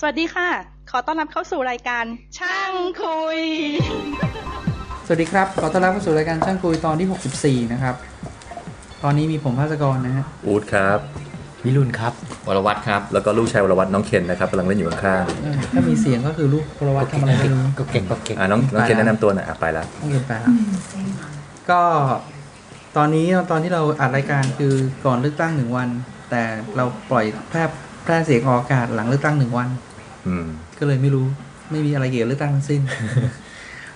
สวัสดีค่ะ ขอต้อนรับเข้าสู่รายการ ช่างคุย สวัสดีครับ ขอต้อนรับเข้าสู่รายการช่างคุยตอนที่ 64 นะครับ ตอนนี้มีผมภาสกรนะฮะ อูดครับ วิรุณครับวรวัตรครับ แล้วก็ลูกชายวรวัตรน้องเคนนะครับกำลังเล่นอยู่ข้าง เออถ้ามีเสียงก็คือลูกพลวัตทำอะไรไม่รู้ ก็เก่งก็เก่ง ๆอ่าน้องน้องเคน ไปแล้ว แนะนำตัวหน่อยอ่ะไปแล้ว ต้องเรียนไปละก็ตอนนี้ตอนที่เราอัดรายการคือก่อนเลือกตั้งหนึ่งวัน แต่เราปล่อยแพร่แพร่เสียงออกอากาศหลังเลือกตั้งหนึ่งวัน อืม ก็เลยไม่รู้ไม่มีอะไรเกี่ยวกับเลือกตั้งทั้งสิ้น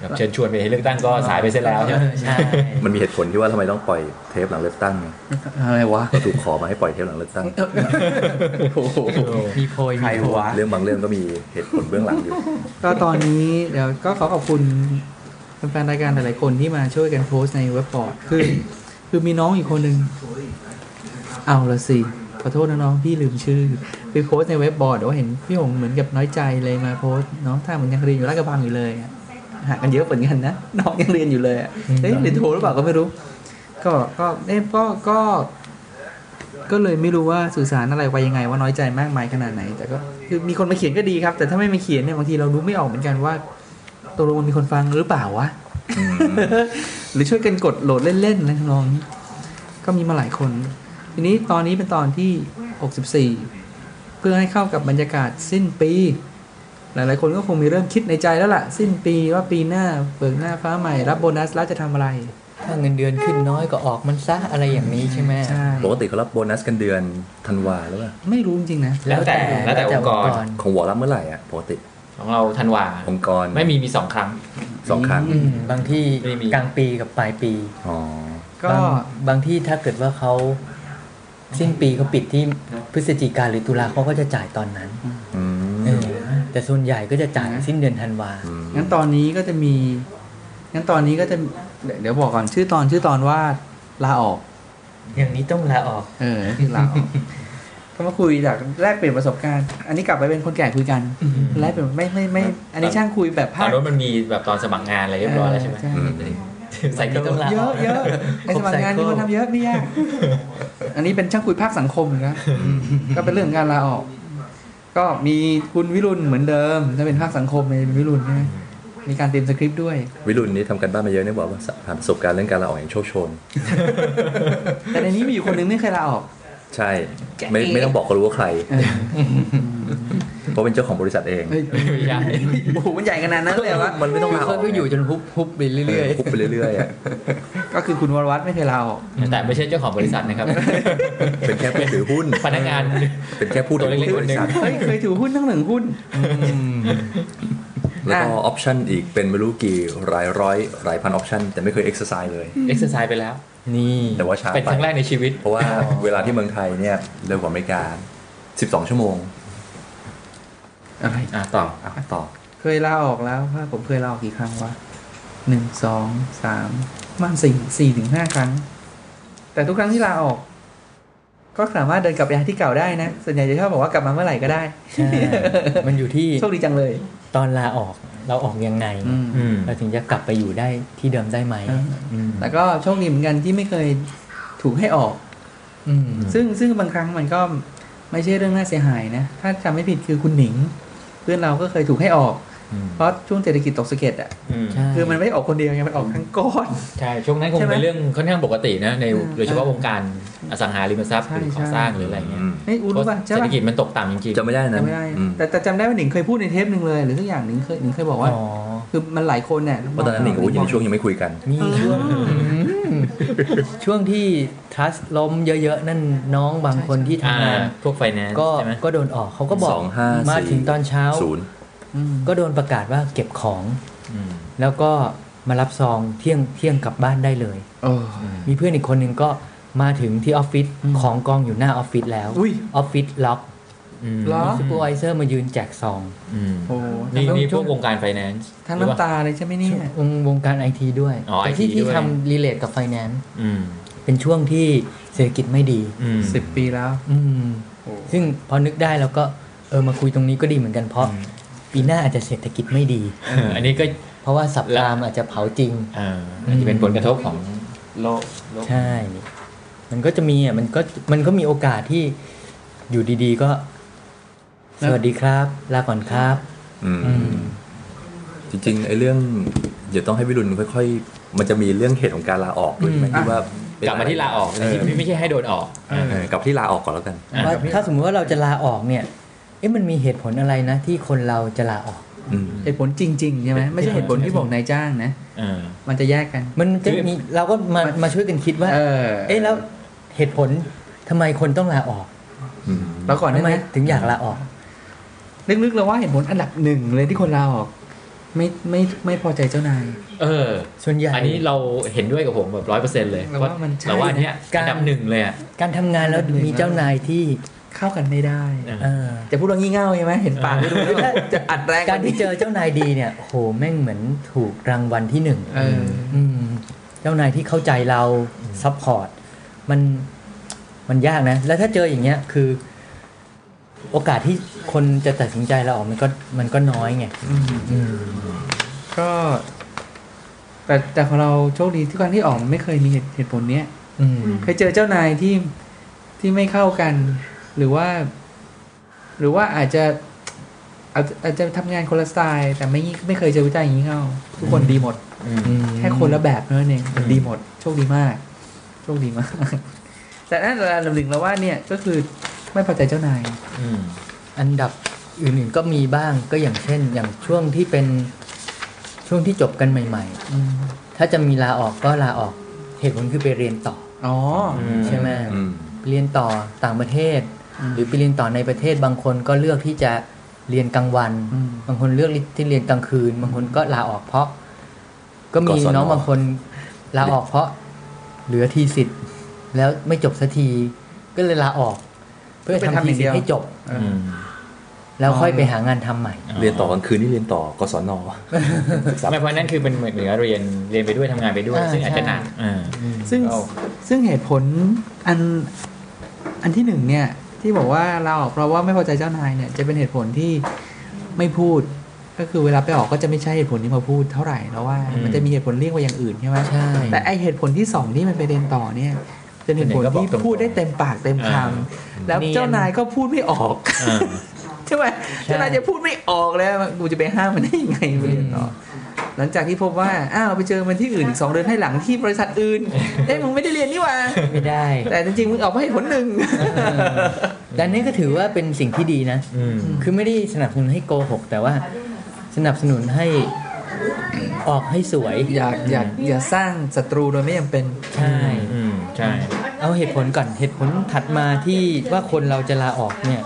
แบบเชิญชวนไปเลือกตั้งก็สายไปเสียแล้วใช่ไหม ใช่ มันมีเหตุผลที่ว่าทำไมต้องปล่อยเทปหลังเลือกตั้งไง อะไรวะ ก็ถูกขอมาให้ปล่อยเทปหลังเลือกตั้ง มีโพย ใครวะ เรื่องบางเรื่องก็มีเหตุผลเบื้องหลังอยู่ ก็ตอนนี้เดี๋ยวก็ขอขอบคุณแฟนๆรายการหลายๆคนที่มาช่วยกันโพสต์ในเว็บบอร์ดคือ คือมีน้องอีกคนหนึ่งเอาละสิ ขอโทษนะน้อง พี่ลืมชื่อ คือโพสต์ในเว็บบอร์ดแต่ว่าเห็นพี่หงเหมือนกับน้อยใจเลยมาโพสต์น้องถ้าเหมือนยังเรียนอยู่ราชกระบังอยู่เลยอะห่างกันเยอะเหมือนกันนะน้องยังเรียนอยู่เลยอะเอ๊ะเรียนโทหรือเปล่าก็ไม่รู้ ก็ก็เอ๊ะก็ก็ ก็เลยไม่รู้ว่าสื่อสารอะไรไปยังไงว่าน้อยใจมากมายขนาดไหน แต่ก็คือมีคนมาเขียนก็ดีครับ แต่ถ้าไม่มาเขียนเนี่ยบางทีเรารู้ไม่ออกเหมือนกันว่าตกลงมันมีคนฟังหรือเปล่าวะ อืม หรือช่วยกันกดโหลดเล่นๆนะลองนี้ก็มีมาหลายคน ทีนี้ตอนนี้เป็นตอนที่ 64 เพื่อให้เข้ากับบรรยากาศสิ้นปี หลายๆ คนก็คงมีเริ่มคิดในใจแล้วล่ะ สิ้นปีว่าปีหน้าเบิกหน้าฟ้าใหม่รับโบนัสแล้วจะทำอะไร ถ้าเงินเดือนขึ้นน้อยก็ออกมันซะอะไรอย่างนี้ใช่ไหม ใช่ ปกติเขารับโบนัสกันเดือนธันวาหรือเปล่า ไม่รู้จริงๆนะ แล้วแต่แล้วแต่องค์กร ของหัวรับเมื่อไหร่อ่ะปกติ ของเราธันวา องค์กร ไม่มีมีสองครั้ง สองครั้ง อืมบางที่ ไม่มี กลางปีกับปลายปี อ๋อ ก็ บางบางที่ถ้าเกิดว่าเขาสิ้นปีเขาปิดที่พฤศจิกาหรือตุลาเขาก็จะจ่ายตอนนั้น อืม เออแต่ส่วนใหญ่ก็จะจ่ายสิ้นเดือนธันวา ม งั้นตอนนี้ก็จะมี งั้นตอนนี้ก็จะเดี๋ยวเดี๋ยวบอกก่อนชื่อตอนชื่อตอนว่าลาออก อย่างนี้ต้องลาออก เออคือลาออก ก็มาคุยจากแลกเปลี่ยนประสบการณ์ อันนี้กลับไปเป็นคนแก่คุยกันแลกเปลี่ยนไม่ไม่ไม่ อันนี้ช่างคุยแบบ ตอ ภาน ค นู้นมันมีแบบตอนสมัครงานอะไรเรียบร้อยแล้วใช่ไหม อืม ใส่ที่วันนี้ ต้ ต้ อ อง งลา เย อ อะ อก เยอะไอสมัครงานนี่มันทำเยอะไม่ยาก อันนี้เป็นช่างคุยภาคสังคม นะ ก็เป็นเรื่องของการลาออก ก็มีคุณวิรุณเหมือนเดิมถ้าเป็นภาคสังคมเนี่ยเป็นวิรุณใช่ไหมมีการเตรียมสคริปต์ด้วย วิรุณนี่ทำกันบ้านมาเยอะเนี่ยบอกว่าผ่านประสบการณ์เรื่องการลาออกอย่างโชคโชน แต่ในนี้มีอยู่คนหนึงไม่เคยลาออก ใช่ ไม่ไม่ต้องบอกก็รู้ว่าใคร เออ เพราะเป็นเจ้าของบริษัทเอง เฮ้ย ไม่ใช่ โอ้โหมันใหญ่ขนาดนั้นเลยเหรอวะ มันไม่ต้องลาอ เขา อก ก็อยู่จนฮุบฮุบไปเรื่อย คุบไปเรื่อยๆอะ ก็คือคุณวรวัตรไม่เคยลาออก แต่ไม่ใช่เจ้าของบริษัทนะครับ เป็นแค่ผู้ถือหุ้น พนักงาน เป็นแค่ผู้ถือหุ้นบตัวเล็กๆคนหรินึ่ง ษัท เฮ้ยเคยถือหุ้นทั้งหนึ่งหุ้น แล้วก็ออปชั่นอีกเป็นไม่รู้กี่หลายร้อยหลายพันออปชั่นแต่ไม่เคยเอ็กซ์ไซส์เลย เอ็กซ์ไซส์ไปแล้ว ๆ นี่ แต่ว่าช้า เป็น ไป ครั้งแรกในชีวิต เพราะว่าเวลาที่เมืองไทยเนี่ยเร็วกว่าอเมริกา 12 ชั่วโมง อะไร อ่ะต่อ อ่ะต่อ เคยลาออกแล้วว่าผมเคยลาออกกี่ครั้งวะหนึ่งสองสามประมันสี่สี่ถึงห้าครั้ง แต่ทุกครั้งที่ลาออก ก็สามารถเดินกลับไปหาที่เก่าได้นะ ส่วนใหญ่จะชอบบอกว่ากลับมาเมื่อไหร่ก็ได้ ใช่มันอยู่ที่ โชคดีจังเลย ตอนลาออกเราออกยังไง อืม อืม เราถึงจะกลับไปอยู่ได้ที่เดิมได้ไหม เออ ม แล้วก็โชคดีเหมือนกันที่ไม่เคยถูกให้ออก อืม ซึ่งซึ่งบางครั้งมันก็ไม่ใช่เรื่องน่าเสียหายนะ ถ้าจำไม่ผิดคือคุณหนิง เพื่อนเราก็เคยถูกให้ออก เพราะช่วงเศรษฐกิจตกสะเก็ดอ่ะ อืม ใช่ คือมันไม่ออกคนเดียวไงมันออกทั้งก้อน ใช่ช่วงนั้นคง ใช่ไหม เป็นเรื่องค่อนข้างปกตินะใน อืม โดยเฉพาะวงการอสังหาริมทรัพย์ ใช่ หรือก่อ ใช่ สร้างหรืออะไรเงี้ย อืม เฮ้ยอูรู้ป่ะ เศร ใช่ ษฐ ป่ะ กิจมันตกต่ำจริง จะไม่ได้นะ จำไม่ได้ อืม แต่แต่จำได้ว่าหนิงเคยพูดในเทปหนึ่งเลย หรือสักอย่างหนิงเคยหนิงเคยบอกว่า อ๋อ คือมันหลายคนเนี่ย เพราะตอนนั้นหนิงกับอู๋อยู่ในช่วงยังไม่คุยกัน นี่ช่วงช่วงที่ทัสล้มเยอะๆ นั่นน้องบางคนที่ ๆอ่า ทำงาน พวกไฟแนนซ์ ก็ ใช่ไหม ก็โดนออกเขาก็บอก สองห้าสี่ มาถึงตอนเช้า ศูนย์ อืม ก็โดนประกาศว่าเก็บของ อืม แล้วก็มารับซองเที่ยงเที่ยงกลับบ้านได้เลย เออ มีเพื่อนอีกคนหนึ่งก็มาถึงที่ออฟฟิศ อืม ของกองอยู่หน้าออฟฟิศแล้ว อุ้ย ออฟฟิศล็อก อืม เหรอ ซูเปอร์ไวเซอร์มายืนแจกซอง อืม โอ้ นี่ ทั้ง นี่พ ช่ ว ว ก ง วงการไฟแนนซ์ ทั้งน้ำตาเลยใช่ไหมเนี่ย วงวงการไอทีด้วย อ๋อ แต่ IT ที่ที่ ด้วย ทำรีเลทกับไฟแนนซ์ อืม เป็นช่วงที่เศรษฐกิจไม่ดี อืม สิบปีแล้ว อืม ซึ่งพอนึกได้แล้วก็เออมาคุยตรงนี้ก็ดีเหมือนกันเพราะ อืม ปีหน้าอาจจะเศรษฐกิจไม่ดี เอออันนี้ก็ เพราะว่าสับรามอาจจะเผาจริง เอ่ออันนี้เป็นผลกระทบของโลกโลก ใช่ มันก็จะมีอ่ะมันก็มันก็มีโอกาสที่อยู่ดีๆก็ แล้ ส ว วัสดีครับ ลาก่อนครับ อืม จริงๆไอ้เรื่องเดี๋ยวต้องให้วิรุณค่อยๆ มันจะมีเรื่องเหตุของการลาออกด้วยไหม อืม ที่ว่า ก ก ลับมาที่ลาออกไม่ไม่ใช่ให้โดนออกอ่า กลับที่ลาออกก่อนแล้วกัน อ่ะ ว่าถ้าสมมติว่าเราจะลาออกเนี่ย เอ๊ะมันมีเหตุผลอะไรนะ ที่คนเราจะลาออก อืม เหตุผลจริงๆใช่ไหมไม่ใช่เหตุผลที่บอกนายจ้างนะ อ่า มันจะแยกกัน มันจะมีเราก็มามาช่วยกันคิดว่า เออ เอ๊ะแล้วเหตุผลทำไมคนต้องลาออก อืม แล้วก่อน ทำ ได้ ไม ไหม ถึงอยากลาออก นึกๆแล้วว่าเหตุผลอันดับหนึ่งเลยที่คนลาออก ไม่ไม่ไม่พอใจเจ้านาย เออ ส่วนใหญ่ อันนี้เราเห็นด้วยกับผมแบบร้อยเปอร์เซ็นต์เลย เราว่ามันใช่ เราว่าอันเนี้ยอัการ นดับหนึ่งเลยอ่ะ การทำงานแล้วมีเจ้านายที่ เข้ากันไม่ได้ เออ จะพูดว่างี่เง่าใช่ไหมเห็นปากไม่รู้เรื่องจะอัดแรง การที่เจอเจ้านายดีเนี่ยโอ้โหแม่งเหมือนถูกรางวัลที่หนึ่ง เออ มเจ้านายที่เข้าใจเราซัพพอร์ตมันมันยากนะ แล้วถ้าเจออย่างเงี้ยคือ โอกาสที่คนจะตัดสินใจลาออกมันก็มันก็น้อยไงอืม ก็ แต่แต่ของเราโชคดีที่ครั้งที่ออกมันไม่เคยมีเหตุเหตุผลเนี้ย อืม เคยเจอเจ้านายที่ที่ไม่เข้ากัน หรือว่า หรือว่าอาจจะอาจอาจจะทำงานคนละสไตล์ แต่ไม่ไม่เคยเจอวิจัยอย่างนี้เข้า ทุกคนดีหมด อืม แค่คนละแบบเท่านั้นเองดีหมด โชคดีมาก โชคดีมาก แต่นั่นระดับหนึ่งแล้วว่าเนี่ยก็คือไม่พอใจเจ้านาย อืม อันดับอื่นๆก็มีบ้างก็อย่างเช่น อย่างช่วงที่เป็นช่วงที่จบกันใหม่ อืม ๆ ถ้าจะมีลาออกก็ลาออกเหตุผลคือไปเรียนต่อ อ๋อ อใช่ไหม อืม ไปเรียนต่อต่างประเทศ อืม หรือไปเรียนต่อในประเทศบางคนก็เลือกที่จะเรียนกลางวัน อืม บางคนเลือกที่เรียนกลางคืน บางคนก็ลาออกเพราะ ก็กมีศน น้องบางคนลาออกเพราะเหลือทีสิทธิ์แล้วไม่จบสักทีก็เลยลาออก เพื่อ ไป ทำ ทำอ ที ย่าง สิ เดียทว ธิ์ให้จบ เอ อื อ ม แล้วค่อยไปหางานทำใหม่ เรียนต่อกลางคืนนี่เรียนต่อกศนศึกษา ไม่เพราะนั่นคือเป็นเหมือนเหนือเรียนเรียนไปด้วยทำงานไปด้วย อ่า ซึ่งอาจจะ ใช่ หนักอ่า ซึ่ง เอา ซึ่งเหตุผลอันอันที่หนึ่งเนี่ย ที่บอกว่าลาออกเพราะว่าไม่พอใจเจ้านายเนี่ย จะเป็นเหตุผลที่ไม่พูด ก็คือเวลาไปออกก็จะไม่ใช่เหตุผลที่มาพูดเท่าไหร่แล้วว่า อืม มันจะมีเหตุผลเรียกว่าอย่างอื่นใช่ไหม ใช่ แต่ไอเหตุผลที่สองที่มันไปเรียนต่อเนี่ย เป็นเหตุผลที่พูดได้เต็มปากเต็มคำแล้วเจ้านายก็พูดไม่ออก อ่า ใช่ไหมเจ้านายจะพูดไม่ออกเลยกูจะไปห้ามมันได้ยังไงไปเรียนต่ออหลังจากที่พบว่า อ้าวไปเจอมันที่อื่น อีกสองเดือนให้หลังที่บริษัท อื่น เอ้ยมึงไม่ได้เรียนนี่หว่า ไม่ได้ แต่จริงๆมึงออกมาให้ผลหนึ่ง ดังนี้ก็ถือว่าเป็นสิ่งที่ดีนะ อืม คือไม่ได้สนับสนุนให้โกหก แต่ว่าสนับสนุนให้ออกให้สวย อย่าอย่าอย่าสร้างศัตรูโดยไม่จำเป็น ใช่ อืม ใช่ เอาเหตุผลก่อน เหตุผลถัดมาที่ว่าคนเราจะลาออกเนี่ย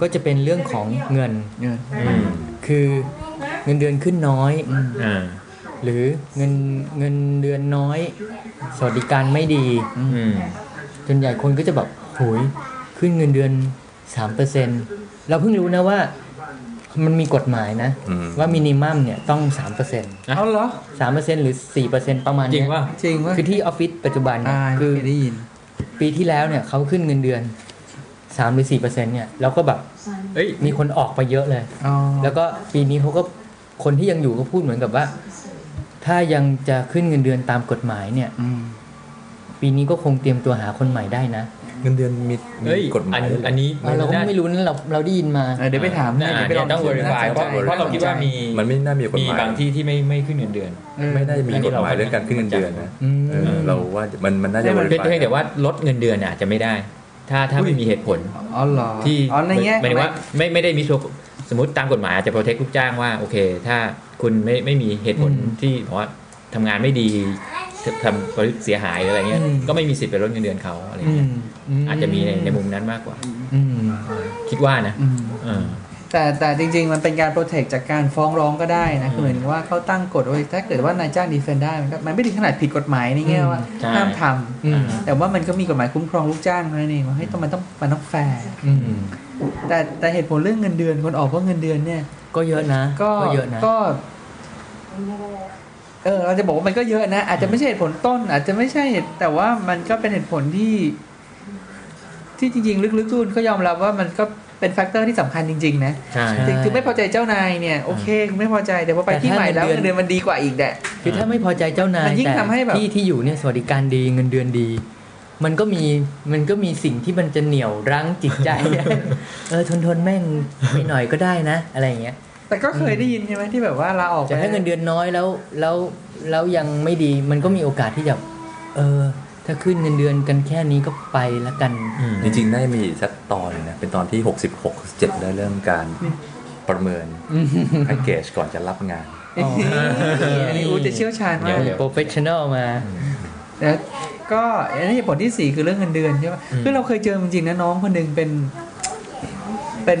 ก็จะเป็นเรื่องของเงิน เออ อืม คือเงินเดือนขึ้นน้อย อ่า หรือเงินเงินเดือนน้อย สวัสดิการไม่ดี อืม ส่วนใหญ่คนก็จะแบบโหยขึ้นเงินเดือนสามเปอร์เซ็นเราเพิ่งรู้นะว่า มันมีกฎหมายนะ อืม ว่ามินิมัมเนี่ยต้องสามเปอร์เซ็น อ่ะ เอาเหรอ สามเปอร์เซ็นหรือสี่เปอร์เซ็นประมาณ จริ เนี้ ง ย ว่า จริงว่า คือที่ออฟฟิศปัจจุบันเนี่ย คื คืออ ได้ยิน ปีที่แล้วเนี่ยเขาขึ้นเงินเดือนสามหรือสี่เปอร์เซ็นเนี่ยแล้วก็แบบ เอ้ย มีคนออกไปเยอะเลย อ๋อ แล้วก็ปีนี้เขาก็คนที่ยังอยู่ก็พูดเหมือนกับว่า ถ้ายังจะขึ้นเงินเดือนตามกฎหมายเนี่ย อืมปี ปีนี้ก็คงเตรียมตัวหาคนใหม่ได้นะ เงินเดือนมี เอ้ย มีกฎหมา อั ย น ด้วยเหรอ อันนี้ เออเราก็ไม่รู้นะเราเราได้ยินมา เออเดี๋ยวไปถาม อ่ นะเดี๋ยวไปลอง ต้อง verify เพราะเพราะเราคิดว่ามี มันไม่น่ามีกฎ มี หมาย บางที่ที่ไม่ไม่ขึ้นเงินเดือน ไม่น่าจะมี อันกนี้ฎ เรา หมายเรื่องการขึ้นเงินเดือนนะ อืม เออเราว่ามันมันน่าจะ เพียง verify เพียงแต่ว่าลดเงินเดือนอาจจะไม่ได้ ถ้าถ้าไม่มีเหตุผล อ๋อเหรอ ที่ อ๋อในแง่ หมายถึงว่าไม่ไม่ได้มีโชว์สมมติตามกฎหมายอาจจะโปรเทคลูกจ้างว่าโอเค ถ้าคุณไม่ไม่มีเหตุผล อืม ที่บอกว่าทำงานไม่ดีทำทำเสียหายหรืออะไรเงี้ย อืม ก็ไม่มีสิทธิ์ไปลดเงินเดือนเขาอะไร อื เงี้ย มม อาจจะมีในในมุมนั้นมากกว่า อืม คิดว่านะ อืม เออ แต่แต่จริง ๆ มันเป็นการโปรเทคจากการฟ้องร้องก็ได้นะคือเหมือนว่าเขาตั้งกฎไว้ถ้าเกิดว่านายจ้างดีเฟนได้มันก็มันไม่ถึงขนาดผิดกฎหมายในแง่ว่า ใช่ ห้ามทำ อืม แต่ว่ามันก็มีกฎหมายคุ้มครองลูกจ้างเท่านั่นเองว่าให้ยต้องมันต้องมันต้องแฟร์ อืม แต่แต่เหตุผลเรื่องเงินเดือนคนออกเพราะเงินเดือนเนี่ย ก็เยอะนะ ก็ ก็เยอะนะ ก็เออเราจะบอกว่ามันก็เยอะนะ อาจจะไม่ใช่เหตุผลต้น อาจจะไม่ใช่เหตุแต่ว่ามันก็เป็นเหตุผลที่ ที่จริง ๆ ลึกๆทุกคนก็ยอมรับว่ามันก็เป็นแฟกเตอร์ที่สำคัญจริงๆนะ ใช่ ใช่ ถึงถึงไม่พอใจเจ้านายเนี่ยโอเคคุณไม่พอใจแต่พอไปที่ใหม่แล้ว แต่ถ้าเงินเงินเดื เดือ อน นมันดีกว่าอีกแหละ คือถ้าไม่พอใจเจ้านาย มันยิ่ง แต่ ทำให้แบบ ที่ที่อยู่เนี่ยสวัสดิการดีเงินเดือนดี มันก็มีมันก็มีสิ่งที่มันจะเหนี่ยวรั้งจิตใจ เออทนทนๆแม่งไปหน่อยก็ได้นะ อะไรอย่างเงี้ย แต่ก็เคยได้ยินใช่ไหมที่แบบว่าลาออก จะให้เงินเดือนน้อยแล้วแล้วแล้วยังไม่ดีมันก็มีโอกาสที่จะเออ ถ้าขึ้นเงินเดือนกันแค่นี้ก็ไปละกัน อืม จริงๆได้มีสักตอนหนึ่งนะเป็นตอนที่ 66 67ได้เรื่องการประเมินแพ็กเกจก่อนจะรับงาน อ๋อ อันนี้อูจะเชี่ยวชาญ ดี๋ มาก ยว โปรเฟชชั่นอลมา แล้วก็อันนี้ผลที่สี่คือเรื่องเงินเดือนใช่ไหม อืม คือเราเคยเจอจริงๆนะน้องคนหนึ่งเป็น เป็น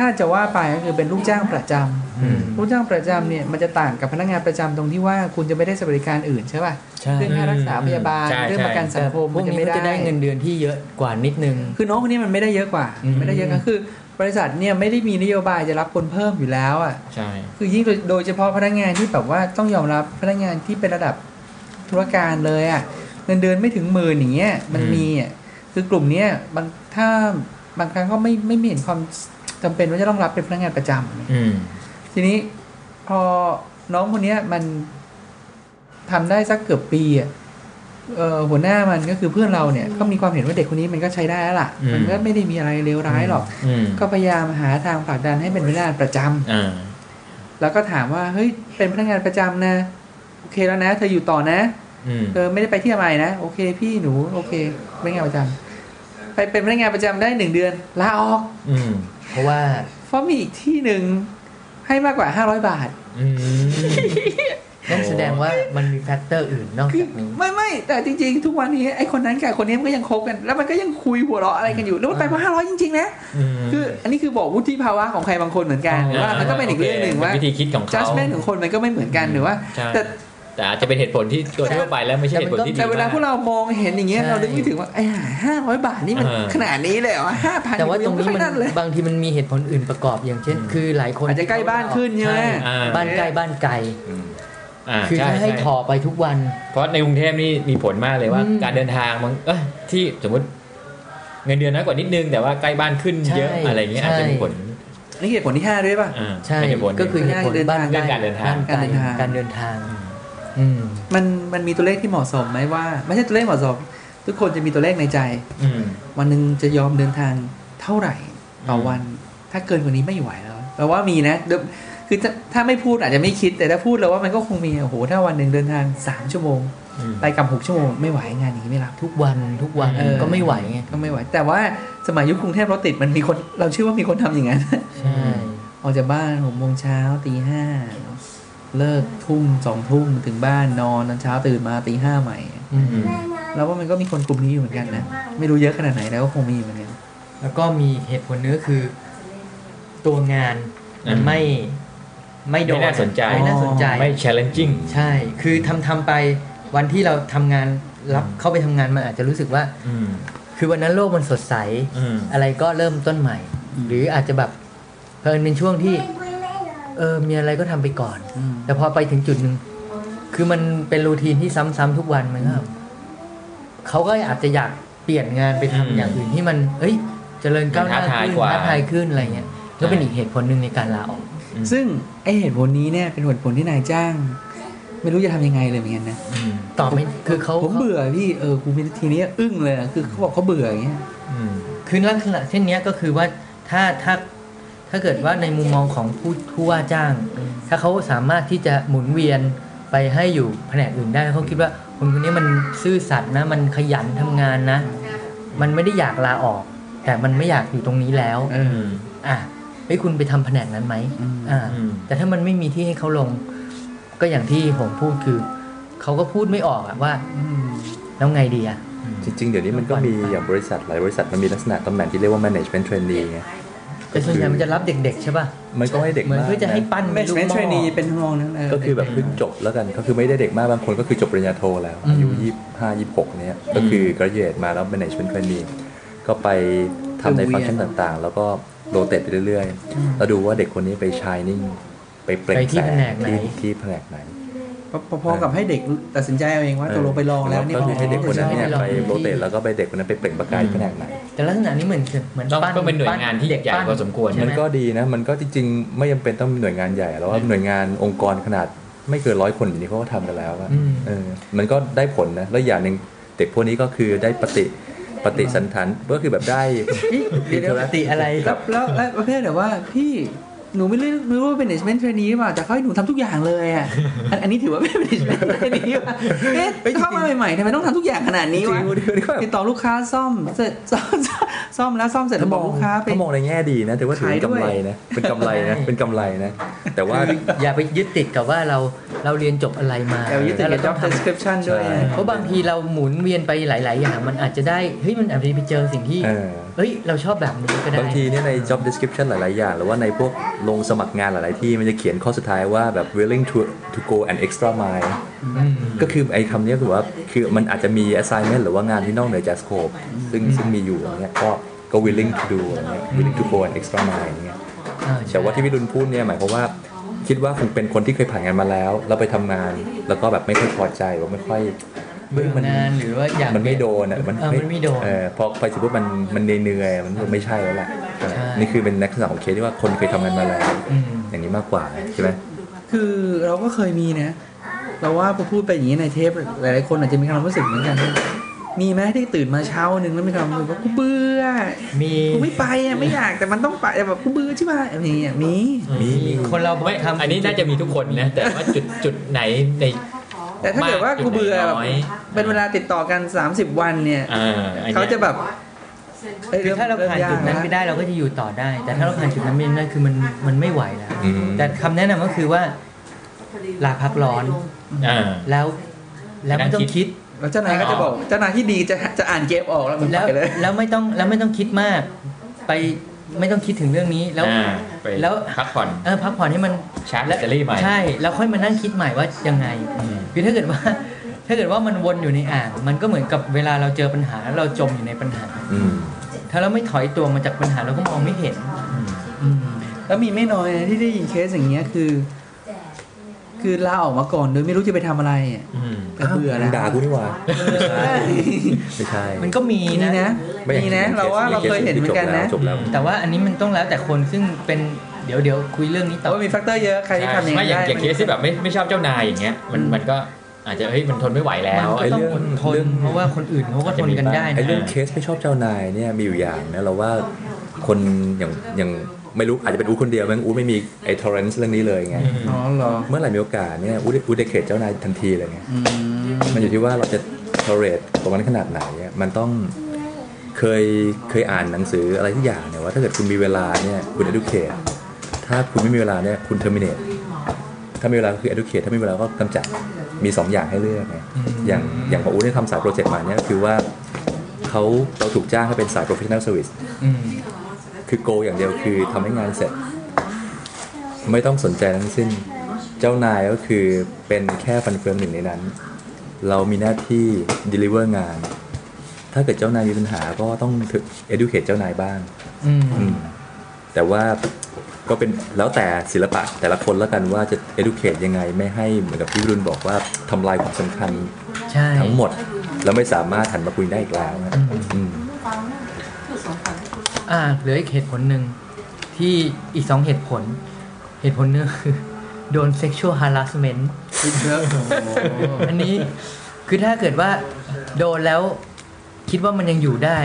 ถ้าจะว่าไปก็คือเป็นลูกจ้างประจำ อืม ลูกจ้างประจำเนี่ยมันจะต่างกับพนักงานประจำตรงที่ว่าคุณจะไม่ได้สวัสดิการอื่นใช่ป่ะ ใช่ เรื่องค่ารักษาพยาบาล ใช่ เรื่องประกัน ใช่ สังคม พ มั วน ก จะ นี้ ไม่ ก็จะได้ ได้ เงินเดือนที่เยอะกว่านิดนึง คือน้องคนนี้มันไม่ได้เยอะกว่า อืม ไม่ได้เยอะก็คือ บริษัทเนี่ยไม่ได้มีนโยบายจะรับคนเพิ่มอยู่แล้วอ่ะ ใช่ คือยิ่งโดยโดยเฉพาะพนักงานที่แบบว่าต้องยอมรับพนักงานที่เป็นระดับธุรการเลยอะ่ะเงินเดือนไม่ถึงหมื่นอย่างเงี้ยมัน อืม มีอะ่ะคือกลุ่มเนี้ยบางถ้าบางครั้งก็ไม่ไม่เห็นความจำเป็นว่าจะต้องรับเป็นพนักงานประจำ อืม ทีนี้พอน้องคนเนี้ยมันทำได้สักเกือบปีอะ่ะเอ่อหัวหน้ามันก็คือเพื่อนเราเนี่ยก็มีความเห็นว่าเด็กคนนี้มันก็ใช้ได้แล้วล่ะ อืม มันก็ไม่ได้มีอะไรเลวร้ายหรอก อืม ก็พยายามหาทางผลักดันให้เป็นพนักงานประจำ อ่า แล้วก็ถามว่าเฮ้ยเป็นพนักงานประจำนะ โอเคแล้วนะ เธออยู่ต่อนะ อืม เธอไม่ได้ไปที่อะไรนะ โอเค พี่หนูโอเคพนักงานประจำไปเป็นพนักงานประจำได้หนึ่งเดือนลาออก อืม เพราะว่า เพราะมีอีกที่หนึ่งให้มากกว่า 500 บาท อืม นั่นแสดงว่ามันมีแฟกเตอร์อื่นนอก คือ จากนี้ ไม่ไม่แต่จริง ๆ ทุกวันนี้ไอ้คนนั้นกับคนนี้มันก็ยังคบกัน แล้วมันก็ยังคุยหัวเราะอะไรกันอยู่แล้วมันไปเพราะห้าร้อยจริงๆนะ อืม คือ อันนี้คือบอกวุฒิภาวะของใครบางคนเหมือนกันว่ามันก็เป็นอีกเรื่องหนึ่งว่า วิธีคิดของเขา judgment ของคนมันก็ไม่เหมือนกันหรือว่า ใช่ แต่ แต่อาจจะเป็นเหตุผลที่ตัวทั่วไปแล้วไม่ใช่เหตุผลที่ดี แต่เวลาพวก ม เรามองเห็นอย่างเงี้ย ใช่ เรานึกไม่ถึงว่าไอ้ห้าร้อยบาทนี่มัน เออ ขนาดนี้เลยเหรอห้าพัน แต่ว่าตรงนี้มัน เลย บางทีมันมีเหตุผลอื่นประกอบอย่างเช่น คือหลายคน อาจจะใกล้บ้านขึ้นใช่ไหม อ่า บ้านใกล้บ้านไกล อ่า คือ ใช่ ถ้าให้ ช่ ถอไปทุกวัน เพราะในกรุงเทพนี่มีผลมากเลยว่า อืม การเดินทางมันเอยที่สมมติเงินเดือนน้อยกว่านิดนึง แต่ว่าใกล้บ้านขึ้นเยอะ ใช่ อะไรอย่างเงี้ยอาจจะมีผล นี่เหตุผลที่ห้าด้วยป่ะ อ่า ใช่ เป็นเหตุผล ก็คือเหตุผลบ้านใกล้ เรื่องการเดินทาง บ้ไกล การเดินทาง การเดินทาง อืม มันมันมีตัวเลขที่เหมาะสมไหมว่า ไม่ใช่ตัวเลขเหมาะสม ทุกคนจะมีตัวเลขในใจ อืม วันหนึ่งจะยอมเดินทางเท่าไหร่ต่อวัน ถ้าเกินกว่านี้ไม่ไหวแล้วแปลว่ามีนะเดี๋ยวคือถ้าถ้าไม่พูดอาจจะไม่คิดแต่ถ้าพูดแล้วว่ามันก็คงมีโอ้โหถ้าวันหนึ่งเดินทางสามชั่วโมง อืม ไปกลับหกชั่วโมงไม่ไหวงานนี้ไม่รับ ทุกวันทุกวัน เออ ก็ไม่ไหวไง ก็ไม่ไหว แต่ว่าสมัยยุคกรุงเทพรถติดมันมีคนเราเชื่อว่ามีคนทำอย่างนั้น ใช่ ออกจากบ้านหกโมงเช้าตีห้าเลิกทุ่มสองทุ่มถึงบ้านนอนตอนเช้าตื่นมาตีห้าใหม่ อืม อืม แล้วว่ามันก็มีคนกลุ่มนี้อยู่เหมือนกันนะ ไม่รู้เยอะขนาดไหนแล้วก็คงมีเหมือนกัน แล้วก็มีเหตุผลเนื้อคือ ตัวงานมัน อืม ไม่ไม่โดน ไม่น่าสนใจ ไม่น่าสนใจ ไม่ challenging ใช่ คือทำทำไปวันที่เราทำงานรับเข้าไปทำงานมันอาจจะรู้สึกว่า อืม คือวันนั้นโลกมันสดใส อืม อะไรก็เริ่มต้นใหม่ หรืออาจจะแบบเพลินเป็นช่วงที่ เออมีอะไรก็ทำไปก่อน อืม แต่พอไปถึงจุดหนึ่งคือมันเป็นรูทีนที่ซ้ำๆทุกวันมันก็เขาก็อาจจะอยากเปลี่ยนงานไปทำ อืม อย่างอื่นที่มัน เอ้ย เจริญก้าวหน้า มันท้าทาย ขึ้น กว่า ท้าทายขึ้นอะไรเงี้ย ก็เป็นอีกเหตุผลหนึ่งในการลาออก ซึ่งไอเหตุผลนี้เนี่ยเป็นเหตุผลที่นายจ้าง ไม่รู้จะทำยังไงเลยเหมือนกันนะ อืม ตอบไม่คือเขา ผมเบื่อพี่เออกูมีทีนี้อึ้งเลยอะคือเขาบอกเขาเบื่ออย่างเงี้ย อืม คือลักษณะเช่นเนี้ยก็คือว่าถ้าถ้าถ้าเกิดว่าในมุมมองของผู้ผู้ว่าจ้าง ถ้าเขาสามารถที่จะหมุนเวียนไปให้อยู่แผนกอื่นได้เขาคิดว่าคนคนนี้มันซื่อสัตย์นะ มันขยันทำงานนะ มันไม่ได้อยากลาออก แต่มันไม่อยากอยู่ตรงนี้แล้ว เออ อ่ะเฮ้ยคุณไปทำแผนกนั้นไหม อืม อ่า อืม แต่ถ้ามันไม่มีที่ให้เขาลง ก็อย่างที่ผมพูดคือเขาก็พูดไม่ออกอะว่า อืม แล้วไงดีอะ จริง ๆ เดี๋ยวนี้มันก็มีอย่างบริษัทหลายบริษัทมันมีลักษณะตำแหน่งที่เรียกว่า management trainee ไง แต่ส่วนใหญ่มันจะรับเด็ก ๆใช่ป่ะ มันก็ไม่เด็ก เหมือน มาก เพื่อจะให้ นะ ปั้น เป็ เป็น น ลูกห เทรนนี ม้อ เป็นทั้งรองนั้นเออ ก็คือแบบเพิ่งจบแล้วกันก็คือไม่ได้เด็กมากบางคนก็คือจบปริญญาโทแล้วอายุ อืม ยี่สิบห้ายี่สิบหกเนี่ยก็คือ graduate มาแล้ว management trainee ก็ไปทำใน ดูเวียน ฟังก์ชันต่างๆ แล้วก็โรเตทไปเรื่อยๆแล้วดูว่าเด็กคนนี้ไป shining ไปเปล่ง ไปที่ แสง แผนกไหน ที่ที่แผนกไหน พอๆกับให้เด็กตัดสินใจเอาเองว่าตกลงไปลองแล้วนี่ ก็คือให้เด็กคนนั้นเนี่ย ลอง ไป ดู โรเตทแล้วก็ไปเด็กคนนั้นไปเปล่งประกายที่แผนกไหน แต่ลักษณะนี้เหมือนเหมือน ต้อง ปั้น ต้องเป็นหน่วย ปั้ งานที่ เด็ก ใหญ่ ปั้น พอสมควร ใช่ไห มันก็ดีนะ มันก็จริงๆ ไม่จำเป็นต้องเป็นหน่วยงานใหญ่แล้วว่าหน่วยงานองค์กรขนาดไม่เกินร้อยคนอย่างนี้เขาก็ทำกันแล้วอะ อืม เออมันก็ได้ผลนะ แล้วอย่างหนึ่ง เด็กพวกนี้ก็คือได้ปฏิปฏิสันทันก็คือแบบได้ เดี๋ยวเดี๋ยวปกติอะไร แล้วแล้วแล้วประเภทแบบว่าพี่หนูไม่รู้ไม่รู้ว่าเป็น management trainee หรือเปล่าแต่เขาให้หนูทำทุกอย่างเลยอ่ะอันอันนี้ถือว่าเป็น management trainee ป่ะเอ๊ะ เฮ้ยจริงๆ เข้ามาใหม่ๆทำไมต้องทำทุกอย่างขนาด จริ นี้ งๆ วะ ดูดิดูดิก็แบบ ติดต่อลูกค้าซ่อมเสร็จ ซ่อมซ่อมแล้วซ่อมเสร็จแล้วบอกลูกค้าไป ถ้มองในแง่ดีนะถือว่าถือเป็นกำไรนะเป็นกำไรนะเป็นกำไรนะ แต่ว่า คืออย่าไปยึดติดกับว่าเราเราเรียนจบอะไรมา แต่ยึดติด แล้ กับ job วเราต้องท description ด้วย ใช่ นะ ำเพราะบางทีเราหมุนเวียนไปหลาย ๆ อย่าง มันอาจจะได้เฮ้ยมันอาจจะไปเจอสิ่งที่ เออ เฮ้ยเราชอบแบบนี้ก็ได้ บางทีเนี่ยใน job description หลาย ๆ อย่าง หรือว่าในพวกลงสมัครงานหลาย ๆ ที่มันจะเขียนข้อสุดท้ายว่าแบบ willing to to go an extra mile อืม ก็คือไอ้คำเนี้ยคือว่าคือมันอาจจะมี assignment หรือว่างานที่นอกเหนือจาก scope ซึ่งซึ่งมีอยู่อย่างเงี้ยก็ก็ willing to do อย่างเงี้ย willing to go an extra mile อย่างเงี้ย อ่ใช่ แต่ว่าที่พี่รุนพูดเนี่ยหมายความว่า คิดว่าคงเป็นคนที่เคยผ่านงานมาแล้ว แล้วไปทำงาน แล้วก็แบบไม่ค่อยพอใจว่าไม่ค่อย เบื่องานหรือว่าอยาก มันไม่โดนอ่ะ เออมันไม่โดน เออพอไปถึงปุ๊บมันมันเหนื่อยๆมันไม่ใช่แล้วแหละ ใช่ นี่คือเป็นลักษณะของเคสที่ว่าคนเคยทำงานมาแล้ว ม อย่างนี้มากกว่าใช่ไหม คือเราก็เคยมีนะ เราว่าพอพูดไปอย่างนี้ในเทปหลายๆคนอาจจะมีความรู้สึกเหมือนกันมีไหมที่ตื่นมาเช้าหนึ่งแล้วมีความรู้สึกว่ากูเบื่อ มี กูไม่ไปอ่ะไม่อยากแต่มันต้องไปแต่แบบกูเบื่อใช่ไหมอะไรอย่างเงี้ยมี มี คนเรา ไม่ ทำ อันนี้น่าจะมีทุกคนนะแต่ว่าจุดจุดไหนใน แต่ถ้าเกิดว่ากูเบื่อแบบ น้ย เป็นเวลาติดต่อกัน 30 วันเนี่ย อ่อันนี้ย เขาจะแบบอ้ย คือถ้าเราผ่านจุดนั้นไป เริ่มยาก ได้เราก็จะอยู่ต่อได้ แต่ถ้าเราผ่านจุดนั้นไม่ได้คือมันมันไม่ไหวแล้ว อืม แต่คำแนะนำก็คือว่าลาพักร้อน อ่า แล้วแล้วไม่ต้องคิด แล้วแล้วเจ้านายก็จะบอกเจ้านายที่ดีจะจะอ่านเกมออกแล้วมัน แล้ว ไปเลย แล้วไม่ต้องแล้วไม่ต้องคิดมาก ไปไม่ต้องคิดถึงเรื่องนี้แล้ว อ่าไป แล้ว พักผ่อน เออพักผ่อนให้มัน ชาร์จแบตเตอรี่ใหม่ ใช่แล้วค่อยมานั่งคิดใหม่ว่ายังไงคือถ้าเกิดว่า ถ้าเกิดว่ามันวนอยู่ในอ่างมันก็เหมือนกับเวลาเราเจอปัญหาแล้วเราจมอยู่ในปัญหา อืม ถ้าเราไม่ถอยตัวมาจากปัญหาเราก็มองไม่เห็นอืม แล้วมีไม่น้อยนะที่ได้ยินเคสอย่างเงี้ยคือ คือลาออกมาก่อนโดยไม่รู้จะไปทำอะไรอ่ะ อืม แต่เบื่อแล้ว ด่ากูนี่หว่าไม่ใช่ ไม่ใช่ มันก็มี นี่ นะ นะ ไม่อย่ง นี่นะเราว่าเราเคยเห็นเหมือนกันนะ จบแล้วจบแล้ว แต่ว่าอันนี้มันต้องแล้วแต่คนซึ่งเป็นเดี๋ยวเดี๋ยวคุยเรื่องนี้ต่ แต่ อ ว่ามีแฟกเตอร์เยอะใครที่ทำอย่าง ไม่ นี้ อได้ย่างอย่างเคสที่แบบไม่ไม่ชอบเจ้านายอย่างเงี้ยมันมันก็อาจจะเฮ้ยมันทนไม่ไหวแล้ว มันก็ ไอ้ ต้อ เรื่ ง อง อดทน เรื่อง เพราะว่าคนอื่นเขาก็ทนกันได้ ไอ้ นะ เรื่องเคสไม่ชอบเจ้านายเนี่ยมีอยู่อย่างนะเราว่าคนอย่างอย่างไม่รู้อาจจะเป็นอู๋คนเดียวแม่งอู๋ไม่มีไอ้ทอร์เรนซ์เรื่องนี้เลยไง อ๋อเหรอ เมื่อไหร่มีโอกาสเนี่ยอู๋อู๋เดเคทเจ้านายทันทีเลยไง อืม มันอยู่ที่ว่าเราจะทอเรตตรงนั้นขนาดไหนอะมันต้องเคยเคยอ่านหนังสืออะไรทุกอย่างเนี่ยว่าถ้าเกิดคุณมีเวลาเนี่ยคุณ educate ถ้าคุณไม่มีเวลาเนี่ยคุณ terminate ถ้ามีเวลาก็คือ educate ถ้าไม่มีเวลาก็กำจัด มีสองอย่างให้เลือกไงอย่างอย่างของอู๋เนี่ยทำสายโปรเจกต์มาเนี่ยคือว่าเขาเราถูกจ้างให้เป็นสาย professional service อืม คือโกอย่างเดียวคือทำให้งานเสร็จ ไม่ต้องสนใจทั้งสิ้น เจ้านายก็คือเป็นแค่ฟันเฟืองหนึ่งในนั้น เรามีหน้าที่ deliver งาน ถ้าเกิดเจ้านายมีปัญหาก็ต้องถึก educate เจ้านายบ้าง อืม อืม แต่ว่าก็เป็นแล้วแต่ศิลปะแต่ละคนแล้วกันว่าจะ educate ยังไงไม่ให้เหมือนกับพี่รุ่นบอกว่าทำลายความสำคัญ ใช่ ทั้งหมด แล้วไม่สามารถหันมาคุยได้อีกแล้วนะอืม อ่าเหลืออีกเหตุผลหนึ่งที่อีกสองเหตุผล เหตุผลหนึงคือโดน sexual harassment อันนี้คือถ้าเกิดว่าโดนแล้วคิดว่ามันยังอยู่ได้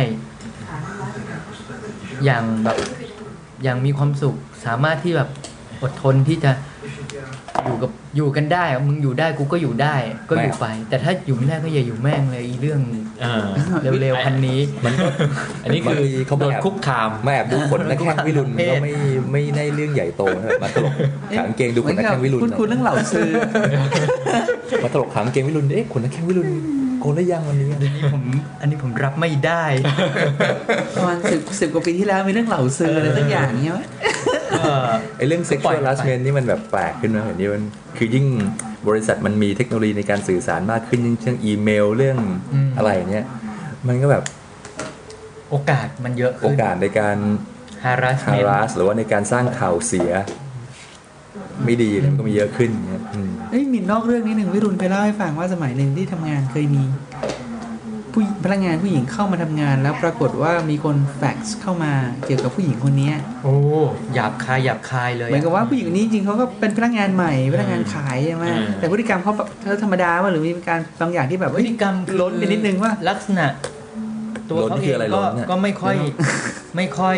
อย่างแบบอย่างมีความสุขสามารถที่แบบอดทนที่จะอยู่กับอยู่กันได้อะมึงอยู่ได้กูก็อยู่ได้ ก็อยู่ไป แต่ถ้าอยู่ไม่ได้ก็อย่าอยู่แม่งเลยอีเรื่อง อ่า เร็วๆพันนี้ มันก็ อันนี้คือบ างทีเขา โดน แบบ คุกคาม ไม่แอบดูขน และแข้งวิรุณ เพศ ก็ไม่ไม่ได้เรื่องใหญ่โตนะแบบมาตลกขางเกงดูขนและแข้งวิรุณ คุณคุณเรื่องเหล่าซื้อ มาตลกขางเกงวิรุณเอ๊ะขนและแข้งวิรุณโกนหรือยังวันนี้ อันนี้ผมอันนี้ผมรับไม่ได้ ประมาณสิบสิบกว่าปีที่แล้วมีเรื่องเหล่าซื้ออะไรตั้งอย่างเงี้ยไหม ไอ้เรื่อง ปล่อ sexual ยไป harassment นี่มันแบบแปลกขึ้นนะเห็นนี่มันคือยิ่งบริษัทมันมีเทคโนโลยีในการสื่อสารมากขึ้นยิ่งเรื่องอีเมลเรื่อง อืม อะไรอย่างเนี้ยมันก็แบบ โอกาสมันเยอะ โอ ขึ้น กาสในการ harassment harass หรือว่าในการสร้างข่าวเสีย ไม่ดีเนี่ยมันก็มีเยอะขึ้นเงี้ยอืม เอ้ยมีนอกเรื่องนิดหนึ่งวิรุณเคยเล่าให้ฟังว่าสมัยหนึ่งที่ทำงานเคยมี ผู้พนักงานผู้หญิงเข้ามาทำงาน แล้วปรากฏว่ามีคนแฟกซ์เข้ามาเกี่ยวกับผู้หญิงคนเนี้ย โอ้หยาบคายหยาบคายเลยะ เหมือนกับว่าผู้หญิงคนนี้จริงๆเขาก็เป็นพนักงานใหม่พนักงานขายใช่ไหม อืม แต่พฤติกรรมเขาแบบเขาธรรมดามั้ยหรือมีการบางอย่างที่แบบ พ เอ้ ฤ ย ติกรรมคือ ล้นไปนิดนึงว่า ลักษณะ ตัว ล้ เขา นนี่ เอ คือง อะไรล้ ก็ นเนี่ย ก็ไม่ค่อยไม่ค่อย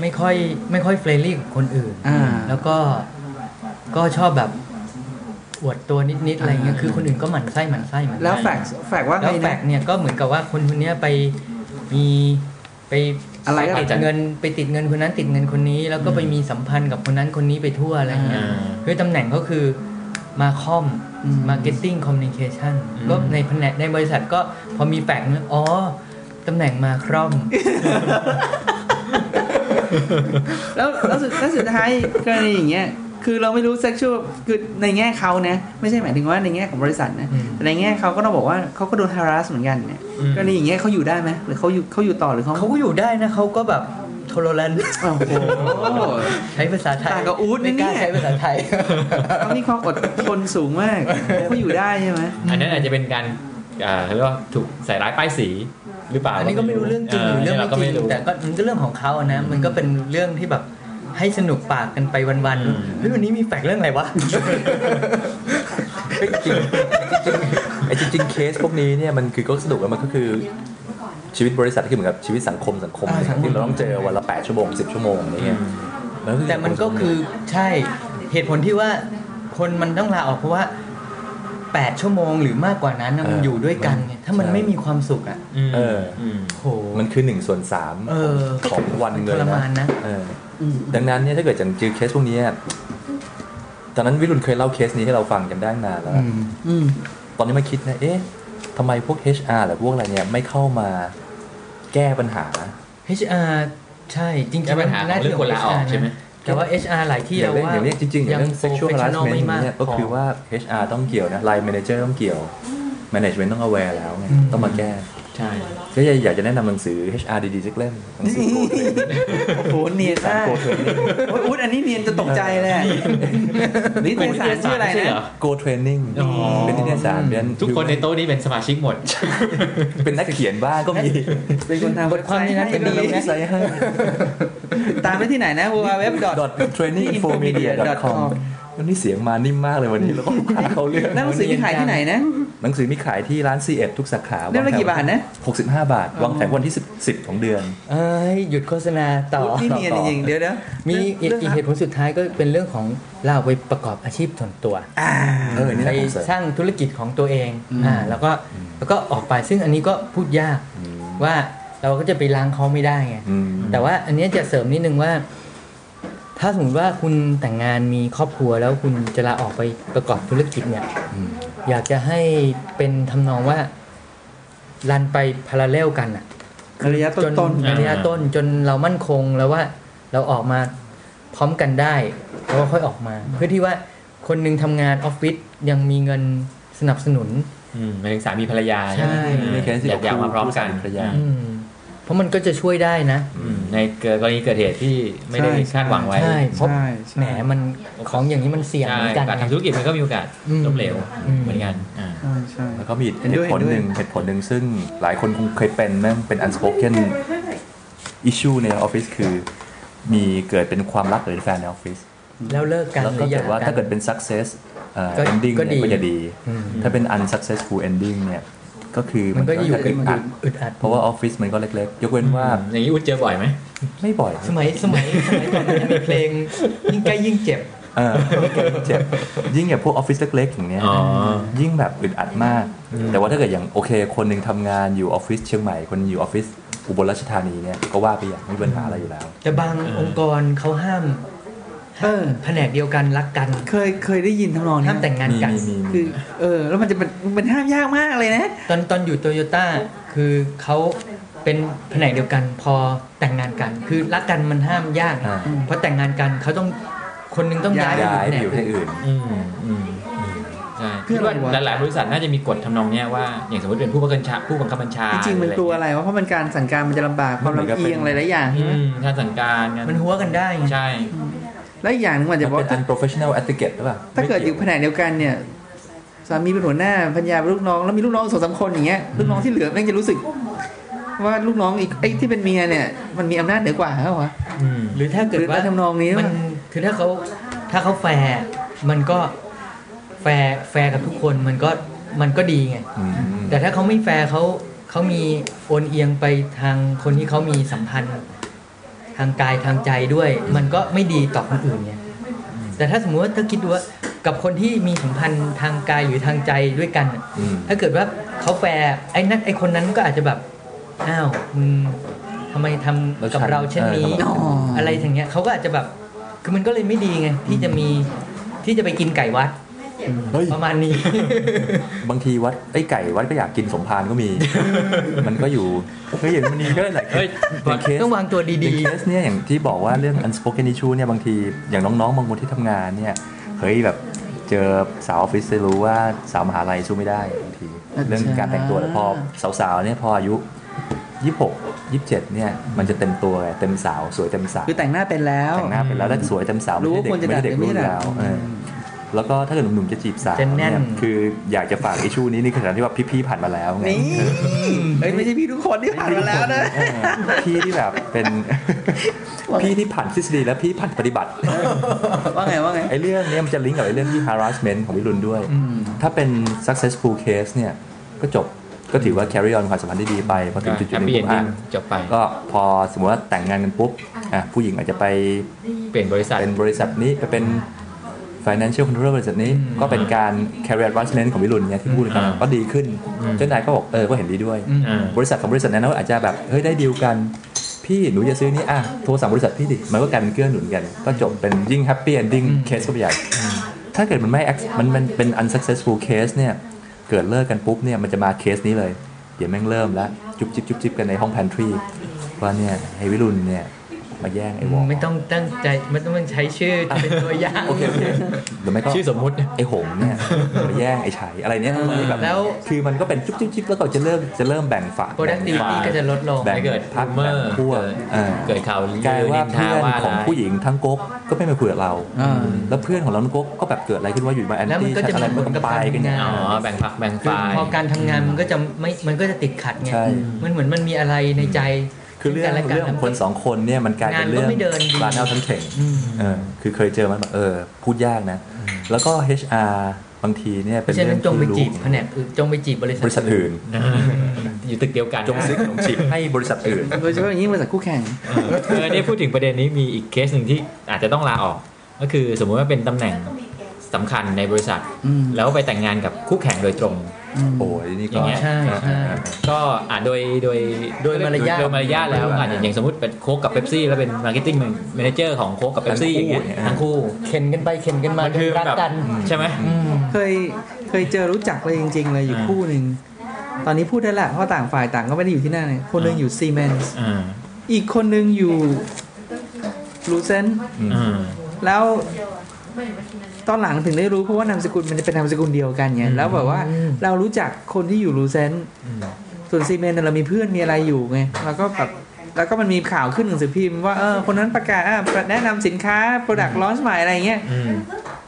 ไม่ค่อยไม่ค่อยเฟรนลี่กับคนอื่น อ่า แล้วก็ก็ชอบแบบอวดตัวนิดๆอะไรเงี้ยคือคนอื่นก็หมั่นไส้หมั่นไส้หมั่นไส้ แล้วแฟกซ์แฟกซ์ว่า แล้ ไง วแฟ นะ กเนี่ยก็เหมือนกับว่าคนคนเนี้ยไปมีไป อะไรก็ ติดเงินไปติดเงินคนนั้นติดเงินคนนี้ แล้วก็ไปมีสัมพันธ์กับคนนั้นคนนี้ไปทั่วอะไรเงี้ย อ่า คือตำแหน่งก็คือมาคอม อืม marketing communication ก็ในแผนกในบริษัทก็พอมีแฟกซ์เนี่ยอ๋อตำแหน่งมาคร่อม แล้วแล้วสุดแล้วสุดท้ายกรณีอย่างเงี้ยคือเราไม่รู้เซ็กชวลคือในแง่เขานะไม่ใช่หมายถึงว่าในแง่ของบริษัทนะ อืม แต่ในแง่เขาก็ต้องบอกว่าเขาก็โดน harass เหมือนกันเนี่ยกรณีอย่างเงี้ยเขาอยู่ได้ไหมหรือเขาอยู่เขาอยู่ต่อหรือเขา เขาก็อยู่ได้นะเขาก็แบบโทรแลน โอ้โห ใช้ภาษาไทย ต่างกับอู๊ดนะ ไม่กล้า เนี่ย ใช้ภาษาไทย เขามีความอดทนสูงมากเขาอยู่ได้ใช่ไหม อันนั้นอาจจะเป็นการอ่าเรียกว่าถูกใส่ร้ายป้ายสีหรือเปล่า อันนี้ก็ไม่รู้เรื่องจริงหรือเรื่องไม่ าก็ จริงแต่ก็มันก็เรื่องของเขาอะนะ มันก็เป็นเรื่องที่แบบให้สนุกปากกันไปวันๆเฮ้ยวันนี้มีแฟกเรื่องอะไรวะ จริงจริงไอ้จริงๆเคสพวกนี้เนี่ยมันคือก็สนุกอะมันก็คือชีวิตบริษัทคือเหมือนกับชีวิตสังคมสังคม อ่าสังคม ที่เราต้องเจอวันละ 8 ชั่วโมง 10 ชั่วโมงอะไรเงี้ยล้ว แต่มันก็คือใช่เหตุผลที่ว่าคนมันต้องลาออกเพราะว่า 8 ชั่วโมงหรือมากกว่านั้นน่ะมันอยู่ด้วยกันไงถ้ามันไม่มีความสุขอ่ะ อืม เออ ม โห มันคือหนึ่งส่วนสาม เออ ของวันเลย ทรมานนะ เอออดังนั้นเนี่ยถ้าเกิดจังเจอเคสพวกนี้อะตอนนั้นวิรุณเคยเล่าเคสนี้ให้เราฟังจำได้นานแล้ว อืม ตอนนี้มาคิดนะ เอ๊ะทำไมพวก HR หรือพวกอะไรเนี่ยไม่เข้ามาแก้ปัญหา HR ใช่จริงๆ แก้ปัญหาของเรื่องคนลาออกใช่ไหม แต่ว่า HR หลายที่ อย่า เรา งเรื่อง ว่า อย่างเรื่องจริงๆอย่างเรื่อง sexual professional harassment ไม่มาก เนี่ยก็คือ พ ว่า HR ต้องเกี่ยวนะ line manager ต้องเกี่ยว management ต้อง aware แล้วไง อืม ต้องมาแก้ ใช่ ก็อยากจะแนะนำหนังสือ HR ดีๆสักเล่มหนังสือโกเทรน โอ้โหเนียนมาก โกเทรน โอ้ยอุ๊ดอันนี้เนียนจะตกใจเลยอะนี่ในสารชื่ออะไร ม่ใช่ นะ เหอ โกเทรนนิ่ง อ๋อ เป็นนิตยสารเป็น ทุกคนในโต๊ะนี้เป็นสมาชิกหมด เป็นนักเขียนบ้างก็มี เป็นคนทำ บทความในนั้น เป็ เป็น น ดี ดีนะ ไซต์ให้ ตามได้ที่ไหน นะ www. dot training info media dot com วันนี้เสียงมานิ่มมากเลยวันนี้แล้วก็ลูกค้าเขาเลือก นั่นหนังสือที่ขายที่ไหนนะ หนังสือมีขายที่ร้าน C ีเอ็ดทุกสาขา เล่มละกี่บาทนะ 65 บาท วางแผนวันที่ 10 10 ของเดือน เอ้ยหยุดโฆษณาต่อ อุ๊ดนี่เนียนจริงๆเดี๋ยวนะ มีอีก เรื่อง อีกเหตุผลสุดท้ายก็เป็นเรื่องของลาออกไปประกอบอาชีพส่วนตัว เออ นี่ ไป น่าสงสัย สร้างธุรกิจของตัวเองอ่าแล้วก็แล้วก็ออกไปซึ่งอันนี้ก็พูดยากว่าเราก็จะไปล้างเขาไม่ได้ไง อืม แต่ว่าอันเนี้ยจะเสริมนิดนึงว่า ถ้าสมมติว่าคุณแต่งงานมีครอบครัวแล้วคุณจะลาออกไปประกอบธุรกิจเนี่ย อืม อยากจะให้เป็นทำนองว่ารันไปพาราเลลกันอะ ระยะ จน ต้น อ่า ระยะต้นจนเรามั่นคงแล้วว่าเราออกมาพร้อมกันได้แล้วก็ค่อยออกมา เพื่อที่ว่าคนหนึงทำงานออฟฟิศยังมีเงินสนับสนุน อืมหมายถึงสามีภรรยา ใช่ ไหม ในเคสที่ อยากอยากมาพร้อมกัน คู่สามีภรรยา อืมเพราะมันก็จะช่วยได้นะ อืมในเกิดกรณีเกิดเหตุที่ไม่ได้คาดหวังไว้ ใช่เพราะ ใช่ แหม ใช่ มันของอย่างนี้มันเสี่ยงเหมือน กา กั ร น ทำธุรกิจมันก็มีโอกาส อืม ล้มเหลว อืม เหมือนกันอ่า ใช่ใช่ แล้วก็มี เห็น เห ด้วย ตุผลหนึ่ง เห็นด้วย เหตุผลหนึ่งซึ่งหลายคนคงเคยเป็นนั่นเป็น unspoken issue ในออฟฟิศคือ มีเกิดเป็นความรักหรือแฟนในออฟฟิศ แล้วเลิกกัน แล้วก็ หรือหย่ เกิดว่าถ้าเกิดเป็น success เอ่อ ending เนี่ยก็จะดี อืม ถ้าเป็น unsuccessful ending เนี่ยก็คือ มันก็จะอยู่กัน ดอัด อึดอัด เพราะว่าออฟฟิศมันก็เล็กๆ ยกเว้นว่า อย่างนี้อุ้ดเจอบ่อยไหม ไม่บ่อย สมัยสมัยสมัยก่อนมันจะมีเพลงยิ่งใกล้ยิ่งเจ็บ เออเจ็บยิ่งแบบพวกออฟฟิศเล็กๆ อย่างเงี้ย อ๋อ ยิ่งแบบอึดอัดมาก แต่ว่าถ้าเกิดอย่างโอเค คนหนึ่งทำงานอยู่ออฟฟิศเชียงใหม่คนอยู่ออฟฟิศอุบลราชธานีเนี่ยก็ว่าไปอย่างไม่มีปัญหาอะไรอยู่แล้ว แต่บางองค์กรเขาห้าม เออ แผนกเดียวกันรักกัน เคยเคยได้ยินทำนองนี้ ห้ามแต่งงานกัน มีมีมี คือ เออ แล้วมันจะเป็นมันห้ามยากมากเลยนะ ตอนตอนอยู่โตโยต้าคือเขาเป็นแผนกเดียวกันพอแต่งงานกัน คือรักกันมันห้ามยาก อ่า เพราะแต่งงานกันเขาต้องคนหนึงต้องย้าย ย้าย ไป ไป อ อยู่ยู่ แผน ที่ ก อื่น อืมอืมอืมใช่ เพื่ คิ ออะดไร ว่าว ะ หลายๆบริษัทน่าจะมีกฎทำนองเนี้ยว่า อย่างสมมติเป็นผู้บังคับบัญชาผู้บังคับบัญชา จริงๆมันกลัวอะไรวะเพราะมันการสั่งการมันจะลำบากความลำเอียงหลายๆอย่าง อื ใช่ไหม มท่านสั่งการกั มันหัวกันได้ไง ใช่ และอีกอย่างหนึงมัน มั จะ น บอก เป็น ว่า unprofessional etiquette หรือเปล่า ถ้าเกิดอยู่แผนกเดียวกันเนี่ย สามีเป็นหัวหน้าภรรยาเป็นลูกน้องแล้วมีลูกน้องสองสามคนอย่างเงี้ยลูกน้องที่เหลือแม่งจะรู้สึก ว่าลูกน้องอีกไอ้ที่เป็นเมียเนี่ยมันมีอำนาจเหนือกว่าเหรอวะ อืม หรือถ้าเกิด หรือ ว่า ในทำนองนี้ มัน ป่ะ คือถ้าเขาถ้าเขาแฟร์มันก็แฟร์แฟร์กับทุกคนมันก็มันก็ดีไง อืม แต่ถ้าเขาไม่แฟร์เขาเขามีโอนเอียงไปทางคนที่เขามีสัมพันธ์ ทางกายทางใจด้วย มันก็ไม่ดีต่อคนอื่นไงแต่ถ้าสมมติว่าถ้าคิดดูว่ากับคนที่มีสัมพันธ์ทางกายหรือทางใจด้วยกันน่ะ อืม ถ้าเกิดว่าเขาแฟร์ไอ้นั่นไอ้คนนั้นก็อาจจะแบบอ้าวมึงทำไมทำกับเราเช่นนี้ เออทำไม อะไรอย่างเงี้ยเขาก็อาจจะแบบ คือมันก็เลยไม่ดีไงที่จะมีที่จะไปกินไก่วัด เฮ้ย ประมาณนี้ บางทีวัดไอ้ไก่วัดก็อยากกินสมภารก็มี มันก็อยู่เฮ้ยอย่างมันมีก็หลายเค เฮ้ ส ย อย่างเคส ต้องวางตัว อย่า ดี งเคสเนี่ยอย่างที่บอกว่าเรื่อง unspoken issue เนี่ยบางทีอย่างน้องๆบางคนที่ทำงานเนี่ยเฮ้ยแบบเจอสาวออฟฟิศจะรู้ว่าสาวมหาลัยสู้ไม่ได้บางที อ่า เรื่องการแต่งตัวแต่พอสาวๆเนี่ยพออายุ 26 27เนี่ยมันจะเต็มตัวไงเต็มสาวสวยเต็มสาว คือแต่งหน้าเป็นแล้ว แต่งหน้าเป็นแล้วแล้วสวยเต็มสาว รู้ ไม่ใช่ ว่า เด็ก ควรจะดัดหรือไม่ใช่เด็กไม่ รุ่น ดัด แล้วเออแล้วก็ถ้าเกิดหนุ่มๆจะจีบสาว จะแน่น เยคืออยากจะฝากไอ้ชู้นี้ในขณะที่ว่าพี่ๆผ่านมาแล้วไง นี่เอ้ยไม่ใช่พี่ทุกคนที่ผ่านมาแล้วนะ เออพี่ที่แบบเป็น พี่ที่ผ่านทฤษฎีและพี่ผ่านปฏิบัติ ว่าไงว่าไง ไอ้เรื่องเนี้ยมันจะลิงก์กับไอ้เรื่องที่ harassment ของวิรุณด้วย ถ้าเป็น successful case เนี่ยก็จบก็ถือว่า carry on ความสัมพันธ์ที่ดีไปพอถึงจุดๆ แฮป หนึง ปี้เอน ปุ๊บ ดิ้ อ่ะ งจบไป ก็พอสมมติว่าแต่งงานกันปุ๊บอ่ะผู้หญิงอาจจะไป เปลี่ยนบริษัท เป็นบริษัทนี้ไปเป็น financial controller บริษัทนี้ก็เป็นการ career advancement ของวิรุณเนี่ยที่พูดกัน อ่า ก็ดีขึ้น อืม เจ้านายก็บอกเออก็เห็นดีด้วย อืม อ่า บริษัทของบริษัทนั้นอาจจะแบบเฮ้ยได้ดีลกัน พี่หนูจะซื้อนี้อ่ะโทรสั่งบริษัทพี่ดิมันก็กลายเป็นเกื้อหนุนกัน ก็จบเป็นยิ่ง happy ending case ก็ไปใหญ่ถ้าเกิดมันไม่ ex- มันมันเป็น unsuccessful case เนี่ยเกิดเลิกกันปุ๊บเนี่ยมันจะมาเคสนี้เลยเดี๋ยวแม่งเริ่มแล้วจุ๊บจิ๊บจุ๊บจิ๊บกันในห้อง pantry ว่าเนี่ยไอ้วิรุณเนี่ยมาแย่งไอ้วอ ไม่ต้องตั้งใจไม่ต้องใช้ชื่อเป็นตัวอย่าง โอเคโอเคหรือไม่ก็ ชื่อสมมุติ ไอหง เนี่ยหรือแย่งไอไฉายอะไรเนี้ยมันแบบ แล้ว คือมันก็เป็นจุ๊บจิ๊บจิ๊บแล้วก็จะเริ่มจะเริ่มแบ่งฝักแบ่ง productivity ฝ่าย ก็จะลดลง แบ่ง ถ้าเกิด พัก เมอร์ พวกเออ เกิดข่าวลื กลาย อนิ ว่าน ทา เพื่อน ว่า ของผู้หญิงทั้งก๊กก็ไม่มาคุยกับเรา อ่า แล้วเพื่อนของเราทั้งก๊กก็แบบเกิดอะไรขึ้นว่าอยู่มาแอน แล้วมั ตี้ นก็จะ ชัดอะไร มีผ มัน ล ก็ กับ ไป การ กันเนี่ย ทำง อ๋ น อแบ่งฝักแบ่ง คือ ฝ่าย พอการทำงานมันก็จะไม่มันก็จะติดขัดไง ใช่ มันเหมือนมันมีอะไรในใจ คือเรื่อง กันและกัน เรื่องของคนสองคนเนี่ยมันกลายเป็นเรื่อง งานก็ไม่เดินดี ร้านเอาทั้งเข่ง อืม เออคือเคยเจอมันแบบเออ พูดยากนะ แล้วก็ HR บางทีเนี่ย เพ เป็น ราะฉะ เรื่ นั้ อง นจงไป ที่รู้ จีบแผนกอื่นจงไปจีบบริษัท บริษัทอื่น อยู่ตึกเดียวกัน จงซื้อขนมจีบให้บริษัทอื่น โดยเฉพาะอย่างยิ่งบริษัทคู่แข่ง เออเนี่ยพูดถึงประเด็นนี้มีอีกเคสหนึ่งที่อาจจะต้องลาออก ก็คือสมมุติว่าเป็นตำแหน่งสำคัญในบริษัท อืม แล้วไปแต่งงานกับคู่แข่งโดยตรง โอ้ยนี่ อ ก็ ย่างเงี้ย ใช่ใช่ ก็อ่าโดยโดย โดยมารยาท โดยมารยาทแล้วอ่ะอย่างอย่างสมมติเป็นโค้กกับเป๊ปซี่แล้วเป็นมาร์เก็ตติ้งแมเนเจอร์ของโค้กกับเป๊ปซี่ ทั้ อง ย่าง คู่ เงี้ย เนี่ย ทั้งคู่ เข็นกันไปเข็นกันมา มันคือ รัก แบบ กัน ใช่ไหม อืม เคยเคยเจอรู้จักเลยจริง ๆ เลยอยู่ อ่า คู่หนึ่งตอนนี้พูดได้แหละเพราะต่างฝ่ายต่างก็ไม่ได้อยู่ที่นั่นเลยคนหนึงอยู่ซีเมนส์ อ่า อีกคนหนึงอยู่ลูเซน อ่า แล้วตอนหลังถึงได้รู้เพราะว่านามสกุลมันจะเป็นนามสกุลเดียวกันไงแล้วแบบว่าเรารู้จักคนที่อยู่ลูเซนส่วนซีเมนส์เนี่ยเรามีเพื่อนมีอะไรอยู่ไงแล้วก็แบบแล้วก็มันมีข่าวขึ้นหนังสือพิมพ์ว่าเออคนนั้นประกาศอ่ะแนะนำสินค้าโปรดักต์ลอนช์ใหม่อะไรอย่างเงี้ย อืม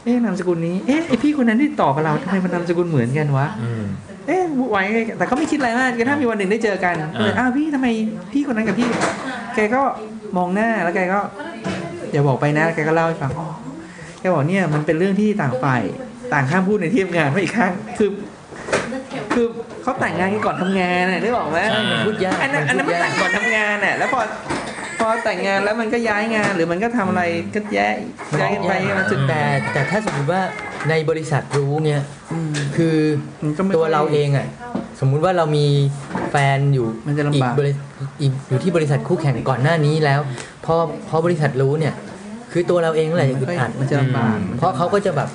เอ๊ะนามสกุลนี้เอ๊ะไอพี่คนนั้นที่ต่อกับเราทำไมมันนามสกุลเหมือนกันวะ อืม เอ๊ะไว้แต่ก็ไม่คิดอะไรมากกระทั่งมีวันหนึ่งได้เจอกันก็เลย อ่า อ้าวพี่ทำไมพี่คนนั้นกับพี่ แกก็มองหน้าแล้วแกก็อย่าบอกไปนะแกก็เล่าให้ฟังแกบอกเนี่ยมันเป็นเรื่องที่ต่างฝ่ายต่างข้ามพูดในที่ทำงานเพราะอีกข้างคือ คือเขาแต่งงานกันก่อนทำงานน่ะนึกออกไหม ใช่ พูดยาก อันนั้นอันนั้นมันแต่งก่อนทำงานน่ะแล้วพอพอแต่งงานแล้วมันก็ย้ายงานหรือมันก็ทำอะไรก็แยก มัน ย้ายกันไปย้ายกันมา จุ สุ ด ด แต่แต่ถ้าสมมติว่าในบริษัทรู้เนี่ย อืม คือ มันก็ไม่ ตัวเราเองอ่ะสมมุติว่าเรามีแฟนอยู่ มันจะลำบาก อีกบริอีกอยู่ที่บริษัทคู่แข่งก่อนหน้านี้แล้วพอพอบริษัทรู้เนี่ย คือตัวเราเองนั่นแหละจะอึดอัด มันจะลำบาก เพราะเขาก็จะแบบ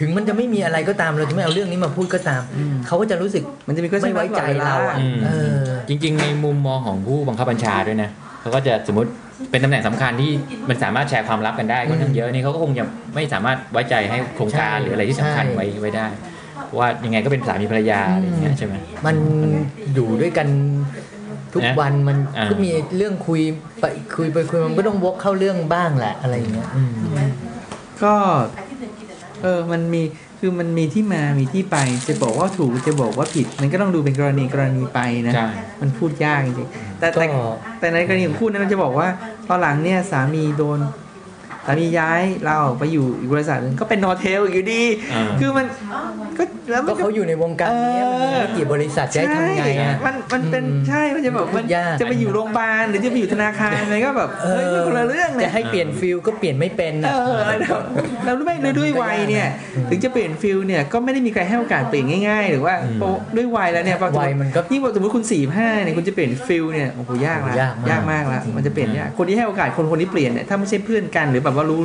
ถึงมันจะไม่มีอะไรก็ตามเราจะไม่เอาเรื่องนี้มาพูดก็ตาม อืม เขาก็จะรู้สึก มันจะมี question ไม่ไว้ใจเราอ่ะ อืม เออ จริงๆ ในมุมมองของผู้บังคับบัญชาด้วยนะเขาก็จะสมมติเป็นตำแหน่งสำคัญที่มันสามารถแชร์ความลับกันได้ค่อนข้างเยอะนี่เขาก็คงยังไม่สามารถไว้ใจให้โครงการ ใช่ หรืออะไรที่สำคัญ ใช่ ไว้ไว้ได้เพราะว่ายังไงก็เป็นสามีภรรยาอะไรอย่างเงี้ยใช่ไหม มันอยู่ด้วยกันทุก นะ วันมัน อ่า ก็มีเรื่องคุยไปคุยไปคุยมันก็ต้องวกเข้าเรื่องบ้างแหละอะไรอย่างเงี้ย ก็เออมันมี คือ คือมันมีที่มามีที่ไปจะบอกว่าถูกจะบอกว่าผิด มันก็ต้องดูเป็นกรณีกรณีไปนะ ใช่ มันพูดยากจริงๆแต่แต่ ก็ แต่ในกรณีของคู่นั้นเราจะบอกว่าตอนหลังเนี่ยสามีโดนสามีย้ายเราออกไปอยู่อีกบริษัทหนึงก็เป็นนอเทลอยู่ดี อ่า คือมันก็แล้วมั ก็ นก็ เขาอยู่ในวงการนี้ เออ มันมีกี่บริษัทจะให้ทำไง ใช่ อะ มันมันเป็น อืม ใช่มันจะแบบมัน พูดยาก จะไปอยู่โรงพยาบาลหรือจะไปอยู่ธนาคารอะไรก็แบบเฮ้ยมันคนละเรื่องเนี่ จะ ย ให้เปลี่ยนฟิลก็เปลี่ยนไม่เป็น เอ ออะแล้วแล้วรู้ไหมด้วยวัยเนี่ย ถึงจะเปลี่ยนฟิลเนี่ยก็ไม่ได้มีใครให้โอกาสเปลี่ยนง่ายๆ หรือว่า อืม พอด้วยวัยแล้วเนี่ยพอ วัยมันก็ ยิ่งพอสมมติคุณสี่ห้าเนี่ยคุณจะเปลี่ยนฟิลเนี่ยโอ้โหยากละ ยากมาก มากละมันจะเปลี่ยนยากคนที่ให้โอกาสคนคนที่เปลี่ยนเนี่ยถ้าไม่ใช่เพื่อนกันหรือแบบว่ารู้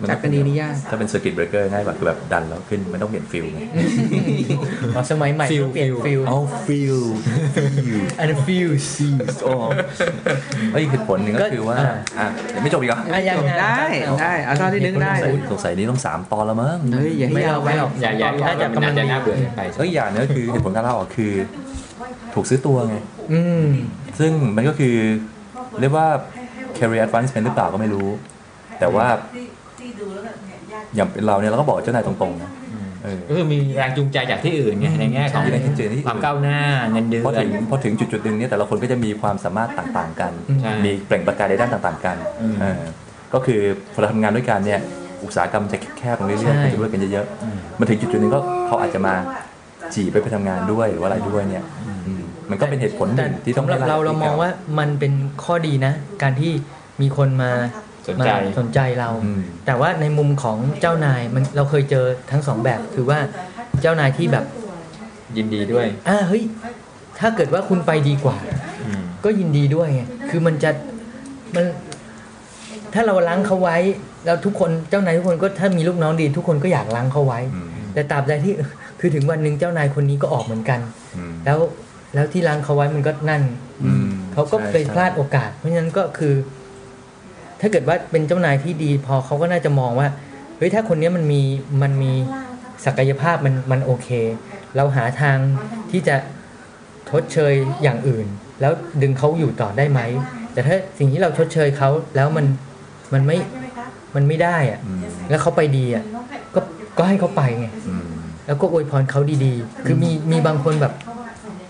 มัน จักกันดีนี่ยาก ถ้าเป็นสกิตเบรกเกอร์ง่ายกว่าคือแบบดันแล้วขึ้นมันต้องเปลี่ยนฟิลไง อ๋อสมัยใหม่ ฟิล ก็เปลี่ยนฟิล เอาฟิล and feel see โอ้เอ้ยเหตุผลหนึ่งก็คือว่า ก็อ่า อ่ะยังไม่จบอีกเหรอ อ่ะยังไง ได้ได้เอาเท่าที่นึกได้ สงสัยสงสัยนี้ต้องสามตอนแล้วมั้ง เฮ้ยอย่าให้ ไม่ ยา เอา วไป ไม่เอา อย่าอย่า ถ้าจะ กำ กำ ลั ลั ง ง จะ ดี น่าเบื่อเกินไป เอ้ยอย่างหนึงก็คือเหตุผลการลาออกคือ ถูกซื้อตัวไง อืม ซึ่งมันก็คือเรียกว่า career advancement หรือเปล่าก็ไม่รู้ แต่ว่าอย่างเป็นเราเนี่ยเราก็บอกเจ้านายตรงๆนะเออ ก็คือมีแรงจูงใจจากที่อื่นไงในแง่ของ ใช่แรงจูงใจที่อื่น ความก้าวหน้าเงินเดือ พอถึ น งพอถึงจุดจุดๆหนึ่งเนี่ยแต่ละคนก็จะมีความสามารถต่างๆกัน ใช่ มีเปล่งประกายในด้านต่างๆกัน อืม เออก็คือพอเราทำงานด้วยกันเนี่ยอุตสาหกรรมจะแคบลงเรื่อยๆ ใช่ คนจะรู้กันเยอะๆมันถึงจุดจุดๆหนึ่งก็เขาอาจจะมาจีบไปไปทำงานด้วยหรือว่าอะไรด้วยเนี่ยอืมมันก็เป็นเหตุผลห แต่ นึ่งที่ต้อง สำหรับ ให้ เรา ล เรามองว่ามันเป็นข้อดีนะ การที่มีคนมา สนใจ มาสนใจเรา อืม แต่ว่าในมุมของเจ้านายมันเราเคยเจอทั้งสองแบบ คือว่าเจ้านายที่แบบ ยินดีด้วย อ่าเฮ้ยถ้าเกิดว่าคุณไปดีกว่า อืม ก็ยินดีด้วยไงคือมันจะมันถ้าเราล้างเขาไว้ แล้วทุกคนเจ้านายทุกคนก็ถ้ามีลูกน้องดี ทุกคนก็อยากล้างเขาไว้ อืม แต่ตราบใดที่ คือถึงวันหนึ่งเจ้านายคนนี้ก็ออกเหมือนกัน อืม แล้วแล้วที่ล้างเขาไว้มันก็นั่น อืม เขาก็ ใช่ ไป ใช่ พลาดโอกาส เพราะฉะนั้นก็คือ ถ้าเกิดว่าเป็นเจ้านายที่ดี พอเขาก็น่าจะมองว่าเฮ้ยถ้าคนเนี้ยมันมีมันมีศักยภาพมันมันโอเค เราหาทางที่จะทดเชยอย่างอื่น แล้วดึงเขาอยู่ต่อได้ไหม แต่ถ้าสิ่งที่เราชดเชยเขาแล้วมันมันไม่มันไม่ได้อะ อืม แล้วเขาไปดีอ่ะก็ก็ให้เขาไปไง อืม แล้วก็อวยพรเขาดีๆ คือมีมีบางคนแบบ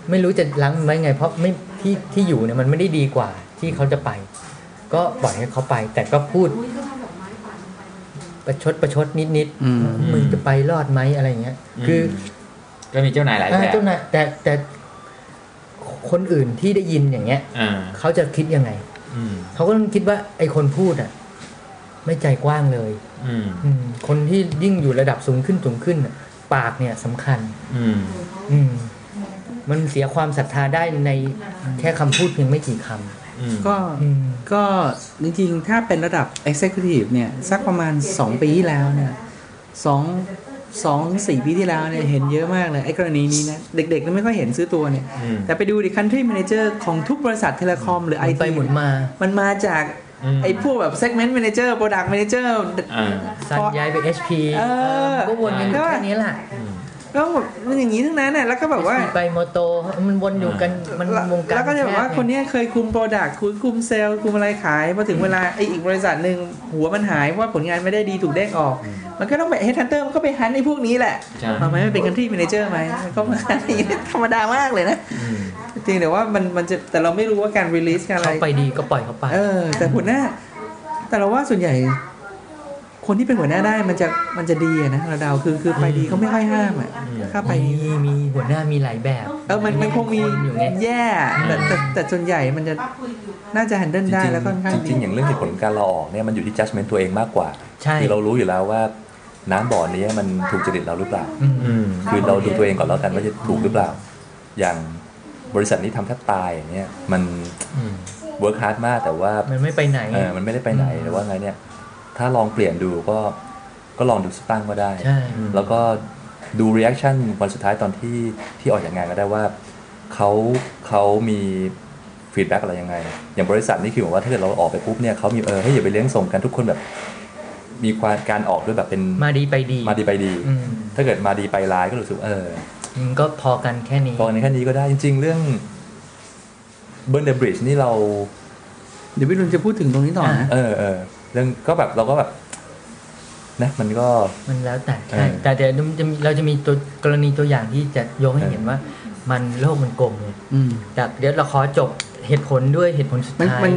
ไม่รู้จะล้างมันไว้ไง เพราะไม่ที่ที่อยู่เนี่ยมันไม่ได้ดีกว่าที่เขาจะไป ก็ปล่อยให้เขาไป แต่ก็พูด ประชดประชดนิด อืม ๆมึงจะไปรอดไหมอะไรอย่างเงี้ย อืม คือ ก็มีเจ้านายหลาย อ่า แบบ เจ้านายแต่แต่คนอื่นที่ได้ยินอย่างเงี้ย อ่า เขาจะคิดยังไง อืม เขาก็ต้องคิดว่าไอ้คนพูดอ่ะ ไม่ใจกว้างเลย อืม อืมคนที่ยิ่งอยู่ระดับสูงขึ้นสูงขึ้นน่ะปากเนี่ยสำคัญ อืม อืมมันเสียความศรัทธาได้ในแค่คำพูดเพียงไม่กี่ค อืม ก็ ำอืม ก็จริงๆ ถ้าเป็นระดับ Executive เนี่ย สักประมาณ 2 ปีที่แล้วเนี่ยสองสองถึงสี่ปีที่แล้วเนี่ย เห็นเยอะมากเลย ไอ้กรณีนี้นะ เด็กๆเนี่ยไม่ค่อยเห็นซื้อตัวเนี่ย อืม แต่ไปดูดิ country manager ของทุกบริษัทเทเลคอมหรือ ห ไอ มุนไป ที หมุนมา มันมาจาก อืม ไอ้พวกแบบ segment manager product manager อ่า สันย้ายไป HP เออ ก็วนกันอยู่แค่นี้แหละ แล้วแบบมันอย่างนี้ทั้งนั้นน่ะแล้วก็แบบว่า ขี่ไปมอโตมันวนอยู่กันมันวงการ แล้วก็จะบอกว่า แคบไง คนเนี้ยเคยคุมโปรดักต์คุมคุมเซลล์คุมอะไรขายพอถึงเวลาไออีกบริษัทหนึ่งหัวมันหายเพราะว่าผลงานไม่ได้ดีถูกเด้งออก มันก็ต้องไปเฮดทันเตอร์มันก็ไปฮันไอพวกนี้แหละ ใช่ ทำไมไม่เป็นคันที่เมนเจอร์ไหมมันก็มาอย่างนี้ธรรมดามากเลยนะ อืม จริงแต่ว่ามันมันจะแต่เราไม่รู้ว่าการรีลิสการอะไร เขาไปดีก็ปล่อยเขาไป เออ แต่หัวหน้า แต่เราว่าส่วนใหญ่ คนที่เป็นหัวหน้าได้มันจะมันจะดีอะนะเราเดาคือคือไปดีเขาไม่ค่อยห้ามอ่ะถ้าไปดี มีมีหัวหน้ามีหลายแบบ เออ มันมันคงมี อยู่ไง แย่แต่แต่แต่ส่วนใหญ่มันจะน่าจะ handle จริง ได้ ๆ แล้วค่อนข้าง จ ดี ริงๆอย่างเรื่องเหตุผลการลาออกเนี่ยมันอยู่ที่ judgment ตัวเองมากกว่า ใช่ คือเรารู้อยู่แล้วว่าน้ำบ่อนี้มันถูกจริตเราหรือเปล่า อืม คือเราดูตัวเองก่อนแล้วกันว่าจะถูกหรือเปล่า อย่างบริษัทนี้ทำแทบตายอย่างเนี่ยมัน อืม work hard มากแต่ว่า มันไม่ไปไหน เออมันไม่ได้ไปไหนหรือว่าไงเนี่ย ถ้าลองเปลี่ยนดูก็ก็ลองดูสกตั้งก็ได้ ใช่ แล้วก็ดู reaction วันสุดท้ายตอนที่ที่ออกจากงานก็ได้ว่าเขาเขามี feedback อะไรยังไง อย่างบริษัทนี่คือแบบว่าถ้าเกิดเราออกไปปุ๊บเนี่ยเขามีเออให้ยอย่าไปเลี้ยงส่งกันทุกคนแบบ มีความการออกด้วยแบบเป็น มาดีไปดี มาดีไปดี อืม ถ้าเกิดมาดีไปร้ายก็รู้สึกเออ มันก็พอกันแค่นี้ พอกันแค่นี้ก็ได้จริง ๆ เรื่องเบิร์นเดบริดจ์นี่เรา เดี๋ยวพี่รุนจะพูดถึงตรงนี้ต่อนะ เออเออเรื่องก็แบบเราก็แบบ นะมันก็ มันแล้วแต่ เอ ใช่ อ แต่เดี๋ยวมันจะมีเราจะมีตัวกรณีตัวอย่างที่จะโยงให้เห็นว่า มันโลกมันกลมไง อืม แต่เดี๋ยวเราขอจบเหตุผลด้วยเหตุผลสุด มัน ท้าย มัน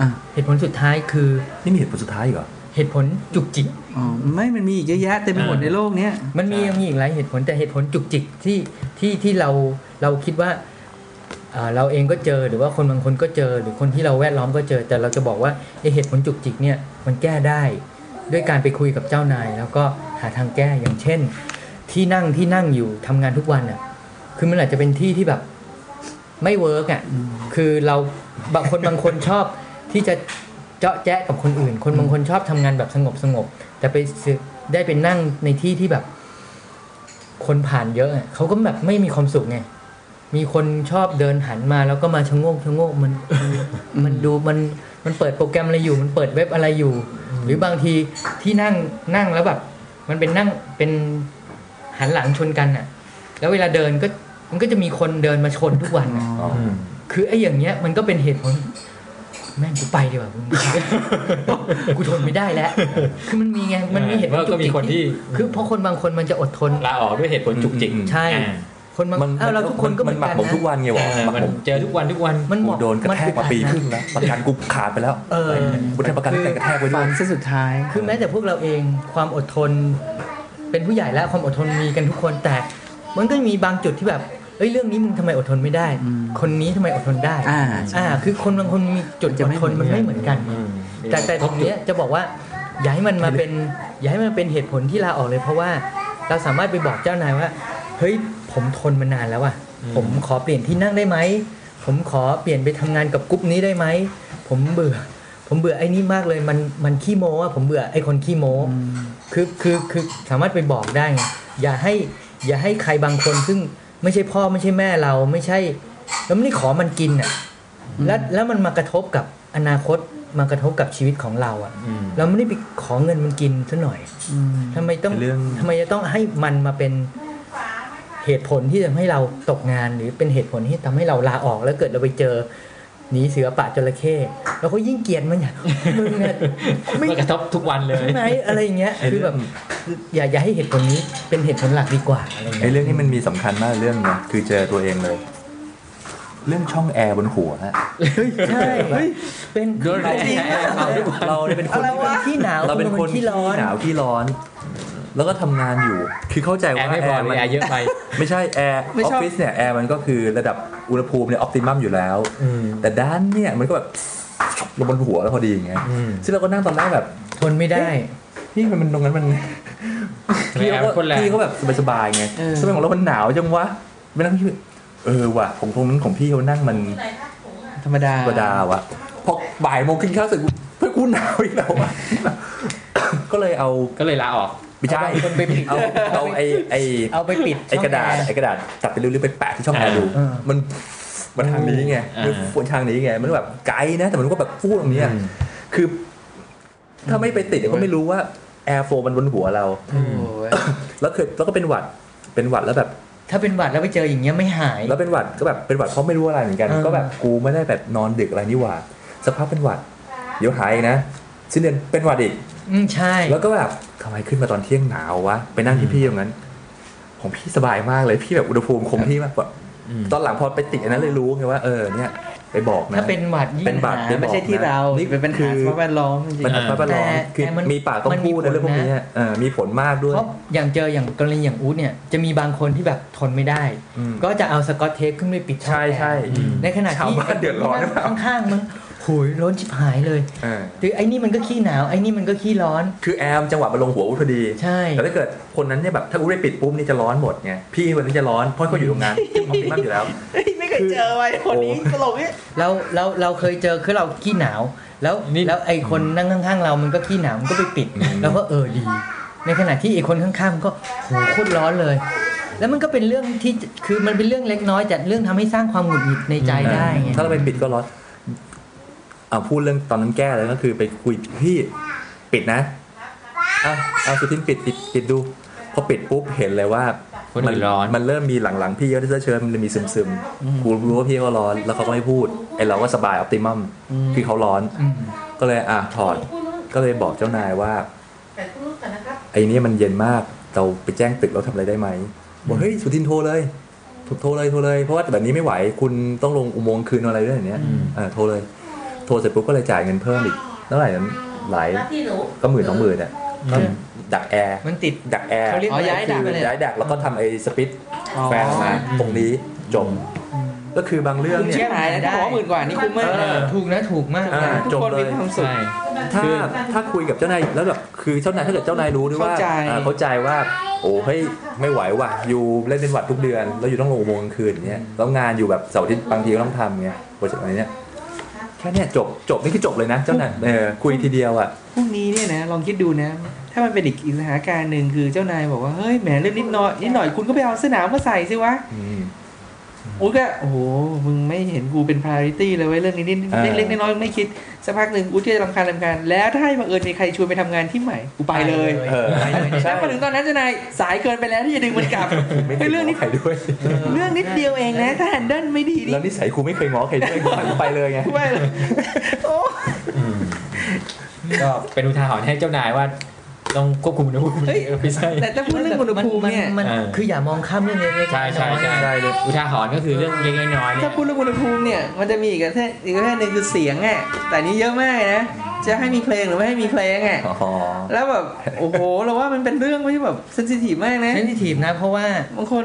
อ่ะ เหตุผลสุดท้ายคือ นี่มีเหตุผลสุดท้ายอีกเหรอ เหตุผลจุกจิก อ๋อไม่มันมีอีกเยอะแยะเต็มไปหมดในโลกเนี้ย มันมี ใช่ มีอีกหลายเหตุผลแต่เหตุผลจุกจิกที่ที่ที่เราเราคิดว่าเอ่อเราเองก็เจอหรือว่าคนบางคนก็เจอ หรือคนที่เราแวดล้อมก็เจอ แต่เราจะบอกว่าไอเหตุผลจุกจิกเนี่ยมันแก้ได้ด้วยการไปคุยกับเจ้านาย แล้วก็หาทางแก้อย่างเช่น ที่นั่งที่นั่งอยู่ทำงานทุกวันอ่ะคือมันอาจจะเป็นที่ที่แบบไม่เวิร์กอ่ะคือเราบางคนบางคนชอบที่จะเจาะแจ๊ะกับคนอื่น คนบางคนชอบทำงานแบบสงบสงบๆแต่ไปเสือกได้ไปนั่งในที่ที่แบบ คนผ่านเยอะอะเขาก็แบบไม่มีความสุขไง มีคนชอบเดินหันมาแล้วก็มาชะโงกชะโงก มันมันดูมันมันเปิดโปรแกรมอะไรอยู่ มันเปิดเว็บอะไรอยู่ หรือบางทีที่นั่งนั่งแล้วแบบ มันเป็นนั่งเป็นหันหลังชนกันอ่ะ แล้วเวลาเดินก็มันก็จะมีคนเดินมาชนทุกวันอะ อ๋อ อืม คือไอ้อย่างเงี้ย มันก็เป็นเหตุผล แม่งกูไปดี กว่ามึง กูทนไม่ได้แล้ว คือมันมีไงมันมีเหตุผล เออก็มีคนที่ คือเพราะคนบางคนมันจะอดทน ลาออกด้วยเหตุผลจุกจิก อืม ใช่ อ่า คนบางอ้าวเราทุกคนก็เห มันมือน หมัก กัน ผมทุก นะ วันไงวะ เออ หมัก มัน ผม เจอทุกวันทุกวัน มันหม กู ด โดนกระแทกมาปีครึ่งแล้วประกันกูขาดไปแล้ว เออ กูได้ประกันแต่กระแทกไว้ด้ ฟั วย นซะสุดท้าย คือแม้แต่พวกเราเองความอดทน เป็นผู้ใหญ่แล้วความอดทนมีกันทุกคนแต่ มันก็มีบางจุดที่แบบเอ้ยเรื่องนี้มึงทำไมอดทนไม่ได้ อืม คนนี้ทำไมอดทนได้ อ่าใช่ อ่า คือคนบางคนมีจุด มัน อ จะ ด ไม่ ทนมัน เหมือนกัน ไม่เหมือนกัน อืม แต่แต่ตรงเนี้ยจะบอกว่าอย่าให้มันมาเป็นอย่าให้มันเป็นเหตุผลที่ลาออกเลย เพราะว่าเราสามารถไปบอกเจ้านายว่า เฮ้ยผมทนมานานแล้วอะผมขอเปลี่ยนที่นั่งได้ไหมผมขอเปลี่ยนไปทำงานกับกลุ่มนี้ได้ไหมผมเบื่อ ผมเบื่อไอ้นี่มากเลยมันมันขี้โม้อะผมเบื่อไอ้คนขี้โม้คือคือคือสามารถไปบอกได้ไงอย่าให้อย่าให้ใครบางคนซึ่งไม่ใช่พ่อไม่ใช่แม่เราไม่ใช่ แล้วไม่ได้ขอมันกินอะ แล้วแล้วมันมากระทบกับอนาคตมากระทบกับชีวิตของเราอะ่ะ อืม เราไม่ได้ไปขอเงินมันกินซะหน่อย อืม ทำไมต้อง เรื่อง ทำไมจะต้องให้มันมาเป็นเหตุผลที่ทำให้เราตกงานหรือเป็นเหตุผลที่ทำให้เราลาออกแล้วเกิดเราไปเจอหนีเสือป่าจระเข้แล้วก็ยิ่งเกลียดมันอย่าง มึงเนี่ยไม่ มันกระทบทุกวันเลย ใช่ไหมอะไรอย่างเงี้ยคือแบบอย่าอย่าให้เหตุผลนี้เป็นเหตุผลหลักดีกว่าอะไร ไอ้ เงี้ย เรื่องนี้มันมีสำคัญมากเรื่องนะคือเจอตัวเองเลย เรื่องช่องแอร์บนหัวฮะ ใช่เป็น โดนแรง จริง แรงเอาด้วย เราเนี่ยเป็นคน เราเป็นคนที่หนาว เราเป็นคนที่ ที่ร้อน หนาวที่ร้อน แล้วก็ทำงานอยู่ คือเข้าใจ แอ ว่า ร์ไม่พอหรือ มัน แอร์เยอะไป ไม่ใช่แอร์อ ไม่ อฟ ชอบ ฟิศเนี่ยแอร์มันก็คือระดับอุณหภูมิเนี่ยออปติมัมอยู่แล้ว อืม แต่ด้านเนี่ยมันก็แบบลงบนหัวแล้วพอดีอย่างเงี้ย อืม ซึ่งเราก็นั่งตอนแรกแบบ ทนไม่ได้ นี่มันตรงนั้นมัน ทำไม พี่ แอร์ เขา มันคนแรง พี่เขาแบบสบายๆไง เออ สมัยของเรามันหนาวจังวะไม่นั่งพี่เออว่ะของตรงนั้นของพี่เขานั่งมัน ธรรมดา ธรรมดาว่ะพอบ่ายโมงกินข้าวเสร็จกูเพื่อนกูหนาวอีกแล้วว่ะ ก็เลยเอา ก็เลยลาออก ไม่ใช่ เอาไปปิด เอาเอาไอ้ไอ้ เอาไปปิด ไอ้กระดาษ ช่องแอ ไอ้กระดาษตัดไปเรื่อยๆไปแปะที่ช่องแอร์ดู เออ มันมันทางนี้ไง อ่ามั มันฝนทางนี้ไงมันแบบไกลนะ แต่มันก็แบบฟูตรงเนี้ยคือ ถ้าไม่ไปติดเดี๋ยวก็ไม่รู้ว่าแอร์โฟมันบนหัวเรา โอ้ย แล้วเคยแล้วก็เป็นหวัดเป็นหวัดแล้วแบบ ถ้าเป็นหวัดแล้วไปเจออย่างเงี้ยไม่หาย แล้วเป็นหวัดก็แบบเป็นหวัดเพราะไม่รู้อะไรเหมือนกัน เออ ก็แบบกูไม่ได้แบบนอนดึกอะไรนี่หว่าสักพักเป็นหวัด เดี๋ยวหายอีกนะสิ้นเดือนเป็นหวัดอีก อืมใช่ แล้วก็แบบทำไมขึ้นมาตอนเที่ยงหนาววะไปนั่งที่พี่ตรงนั้นของพี่สบายมากเลยพี่แบบอุณหภูมิคงที่มากกว่า อืม ตอนหลังพอไปติดอันนั้นเลยรู้ไงว่าเออเนี่ยไปบอกนะ ถ้าเป็นหวัดยิ่ง เป็นหวัด หา เป็นหวั ไม่ ด ใช่ที่เรา นี่ เป็นปัญ คื หา อ สภาพแวดล้อมจริง มัน อ่า ป้าร้อง แต่ คือ แต่มัน มีปากต้อง มันมี พูด ผล นะเรื่องพวก นะ นี้เออมีผลมากด้วย เพราะอย่างเจออย่างกรณีอย่างอู๊ดเนี่ยจะมีบางคนที่แบบทนไม่ได้ อืม ก็จะเอาสกอตเทปขึ้นไปปิดช่อง ใช่ แอร์ ใช่ ในขณะ ชาว ที่ บ้านเดือดร้อนหรือ เปล่า ข้างๆมันโหยร้อนชิบหายเลย เออ คือไอ้นี่มันก็ขี้หนาวไอ้นี่มันก็ขี้ร้อน คือแอมจังหวะมันลงหัวอุ้ยพอดี ใช่ แต่ถ้าเกิดคนนั้นเนี่ยแบบถ้าอุ้ยไปปิดปุ๊บนี่จะร้อนหมดไงพี่วันนี้จะร้อนเพราะเขาอยู่โรง งานที่ของพี่มากอยู่แล้ว เฮ้ยไม่เคยเจอไว้คนนี้ตลกเนี่ย เราเราเราเคยเจอคือเราขี้หนาว แล้ว นี่ แล้วไอ้คนนั่งข้างๆ เรามันก็ขี้หนาวมันก็ไปปิดแล้วก็เออดี ในขณะที่ไอ้คนข้างๆมันก็โหโคตรร้อนเลย แล้วมันก็เป็นเรื่องที่คือมันเป็นเรื่องเล็กน้อยแต่เรื่องทำให้สร้างความหงุดหงิดในใจได้ไง ถ้าเราไปปิดก็ร้อนอ่าพูดเรื่องตอนนั้นแก้แล้วก็คือไปคุยพี่ปิดนะอ่ะเอาสุทินปิดปิดปิดดู พอปิดปุ๊บเห็นเลยว่า คน มั อื่นร้อน มันเริ่มมีหลังๆพี่เยอะที่เสื้อเชิ้ตมันมีซึมซึมๆกูรู้ว่าพี่เขาร้อน แล้วเขาก็ไม่พูดไอเราก็สบายออปติมัมคือเขาร้อน อืม ก็เลยอ่ะถอดก็เลยบอกเจ้านายว่า แต่คุณรู้ก่อนนะคะ ไอ้เนี่ยมันเย็นมากเราไปแจ้งตึกแล้วทำอะไรได้ไหมบอกเฮ้ยสุทินโทรเลยถูกโทรเลยโทรเลยเพราะว่าแบบนี้ไม่ไหวคุณต้องลงอุโมงค์คืนอะไรด้วยอย่างเนี้ยเออโทรเลย โทรเสร็จปุ๊บก็เลยจ่ายเงินเพิ่มอีกเท่าไหร่นั้นหลายก็หมื่นสองหมื่นอ่ะก็ดักแอร์ มันติด ดักแอร์ เขาเรียก อ๋อย้ายดัก คือ ไปเลย ย้ายดักแล้วก็ทำไอ้สปิดแฟนออกมา อ๋อ ตรงนี้จบก็คือบางเรื่อง คุณ เนี่ย เชื่อไหม ได้ นะบอกว่าหมื่นกว่านี่คุ้มมาก เออ ถูกนะถูกมาก อ่าจ ทุก บ คน เล มี ย ความสุขถ้าใช่คือ ถ้าคุยกับเจ้านายแล้วแบบคือเจ้านายถ้าเกิดเจ้านายรู้ด้วยว่า เข้าใจ อ่าเข้าใจว่า โอ้เฮ้ยไม่ไหวว่ะอยู่เล่นเป็นหวัดทุกเดือน แล้วอยู่ต้องลงอุโมงค์กลางคืนอย่างเงี้ยแล้วงานอยู่แบบเสาร์อาทิตย์บางทีก็ต้องทำเงี้ยโปรเจกต์อะไรเนี้ยแค่เนี้ยจบจบนี่คือจบเลยนะ เจ้านายเออคุยทีเดียวอ่ะ พรุ่งนี้เนี่ยนะลองคิดดูนะ ถ้ามันเป็นอีกอีกสถานการณ์หนึ่งคือเจ้านายบอกว่าเฮ้ยแหมเรื่องนิดหน่อยนิดหน่อยคุณก็ไปเอาเสื้อหนาวมาใส่สิวะ อืม อุ้ยก็โอ้โหมึงไม่เห็นกูเป็น priority เลยเว้ยเรื่องนี้นิด อ่า เล็กๆน้อยๆไม่คิดสักพักหนึ่งอุ้ยจะรำคาญรำคาญแล้วถ้าให้บังเอิญมีใครชวนไปทำงานที่ใหม่กูไปเลย ไปเลย เออ แล้ ใช่ วพอถึงตอนนั้นเจ้านายสายเกินไปแล้วที่จะดึงมันกลับ ไม่เค เฮ้ ย ย เรื่ เรื่องงอนี้ นี้ ใครด้วย เรื่องนิดเดียวเองนะ ถ้าแฮนเดิลไม่ดีนี่ แล้วนิสัยครูไม่เคยง้อใครด้วยกูหันไปเลยไง กูไปเลยโอ้ ก็เป็นอุทาหรณ์ให้เจ้านายว่า ต้องควบคุมอุณหภูมิไม่ใช่ แต่ถ้าพูดเรื่องอุณหภูมิเนี่ย มัน เออ คืออย่ามองข้ามเรื่องเล็กๆ ใช่ใช่ น้อยๆ ใช่ ได้เลย อุทาหรณ์ก็คือเรื่องเล็กๆน้อยๆเนี่ ถ้ายพูดเรื่องอุณหภูมิเนี่ยมันจะมีอีกประเภทอีกประเภทหนึ่งคือเสียงอ่ะแต่อันนี้เยอะมากนะ จะให้มีเพลงหรือไม่ให้มีเพลงอ่ะ อ๋อ แล้วแบบโอ้โหเราว่ามันเป็นเรื่องที่แบบเซนซิทีฟมากนะ เซนซิทีฟนะ เพราะว่า บางคน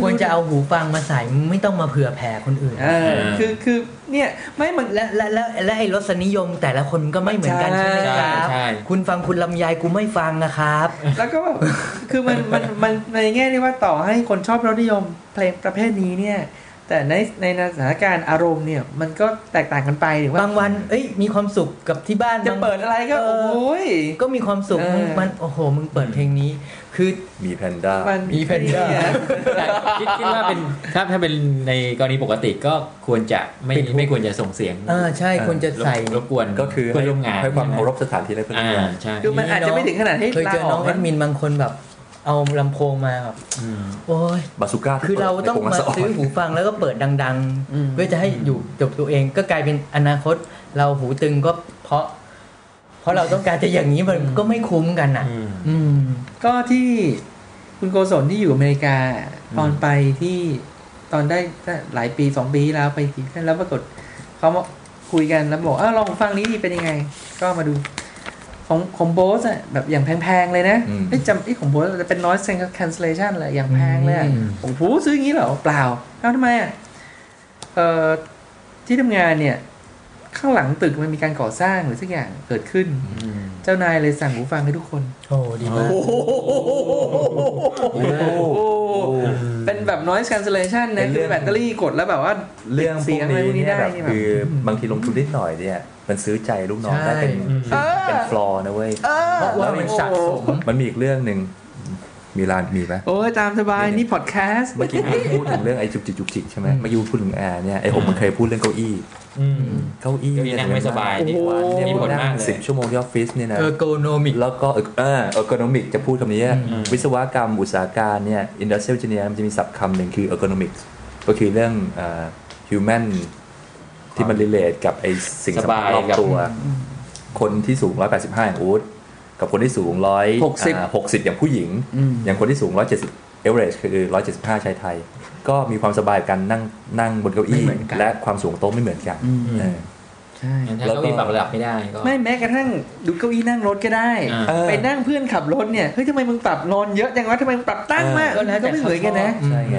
ควรจะเอาหูฟังมาใส่ไม่ต้องมาเผื่อแผ่คนอื่น เออคือคือเนี่ยไม่มัน และและและและไอ้รสนิยมแต่ละคนก็ไม่เหมือนกัน ใช่ ใช่ไหม ใช่ ครับ ใช่ คุณฟังคุณลำไยายกูไม่ฟังนะครับ แล้วก็แบบ คือมันมันมันในแง่ที่ว่าต่อให้คนชอบรสนิยมเพลงประเภทนี้เนี่ย แต่ในในสถานการณ์อารมณ์เนี่ยมันก็แตกต่างกันไปหรือว่า บางวัน เอ้ย มีความสุขกับที่บ้าน จะ บาง เปิดอะไรก็ เออโอ้ย ก็มีความสุข เออ มึงมันโอ้โห มึงเปิดเพลงนี้ คือ มีแพนด้า มัน มีเพนด้า เนี่ย คิดคิดว่าเป็นถ้าถ้าเป็นในกรณีปกติก็ควรจะไม่ไม่ควรจะส่งเสียง เออใช่ เออ ควรจะใส่ รบกวน ก็คือ เพื่อนร่วมงาน ให้ความเคาร ใช่ พสถานที่และเพื่อน ไหม ร่วอ่ามางน ใช่ คือมันอาจจะไม่ถึงขนาดให้ เคยเจอ ลา น้อง ก แอดมินบางคนแบบ เอาลำโพงมาแบบโอ้ย บาสุก้าที่ คือเรา ปิด ต้อง ในกง มา ละส ซื้อหูฟังแล้วก็เปิดดังๆ เพื่อจะให้อยู่จบตัวเองก็กลายเป็นอนาคต เราหูตึงก็เพราะ เพราะเราต้องการจะอย่างนี้มันก็ไม่คุ้มกันอ่ะ อืม อืม ก็ที่คุณโกศลที่อยู่อเมริกา ตอนไปที่ตอนได้หลายปีสองปีที่แล้วไปที่นั่นแล้วปรากฏเขามาคุยกันแล้วบอกอ้าวลองฟังนี้ดีเป็นยังไง ก็มาดูของของโบสอะแบบอย่างแพงๆเลยนะ อืม ไอ้ยจำไอ้ของโบสจะเป็น noise cancellation เลยอย่างแพงเลยอะ อืม ผมฟูซื้ออย่างนี้เหรอเปล่าเอ้าทำไมอะเอ่อที่ทำงานเนี่ย ข้างหลังตึกมันมีการก่อสร้างหรือสักอย่างเกิดขึ้น อืม เจ้านายเลยสั่งหูฟังให้ทุกคน โอ้ดีมาก โอ้โห โอ้ เป็นแบบ noise cancellation เป็ นะคืนเรื่ อ อง แบตเตอรี่กดแล้วแบบว่า เรื่องพ เสี วก ยงอะไรพวกนี้ นี้เนี่ย ได้ แบบ นี่แบบ คือบางทีลงทุนนิดหน่อยเนี่ยมันซื้อใจลูกน้องได้เป็น ใช่ เป็นเป็นฟลอร์นะเว้ย เพราะว่ามันสะสม มันมีอีกเรื่องหนึ่งมีร้านมีไหม โอ้ยตามสบายนี่ podcast เมื่อกี้พูดถึงเรื่องไอ้จุกจิกจุกจิกใช่ไหมเมื่อกี้พูดถึงแอร์เนี่ยไอ้ผมมันเคยพูดเรื่องเก้าอี้ อืม เก้าอี้ เก้าอี้นั่งไม่สบาย เนี่วันเนี่ย มีผลมากเลย สิบชั่วโมงที่ออฟฟิศเนี่ยนะ เออโกโนมิก แล้วก็เออเออร์โนมิกจะพูดคำนี้อะ อืม วิศวกรรมอุตสาหการเนี่ยอินดัสเทรียลเจเนียมันจะมีศัพท์คำหนึ่งคือเออร์โนมิกก็คือเรื่องเอ่อ human ที่มัน relate กับไอสิ่ง ส สำคั บา ญ ย รอบตัว คนที่สูง 185 อย่างอูดกับคนที่สูง100 หกสิบ อ่า60 อย่างผู้หญิง อย่างคนที่สูง 170 average คือ 175 ชายไทย ก็มีความสบายกันนั่งนั่งบนเก้าอี้ และความสูงโต๊ะไม่เหมือนกันเออ ใช่ ถ้า แล้วก็ เก้าอี้ปรับระดับไม่ได้ก็ ไม่แม้กระทั่งดูเก้าอี้นั่งรถก็ได้ อ่า เออ ไปนั่งเพื่อนขับรถเนี่ย เฮ้ยทำไมมึงปรับนอนเยอะจังวะทำไมมึงปรับตั้งมาก เออแล้วแต่ ก็ไม่เหมือนกันนะ ใช่ไง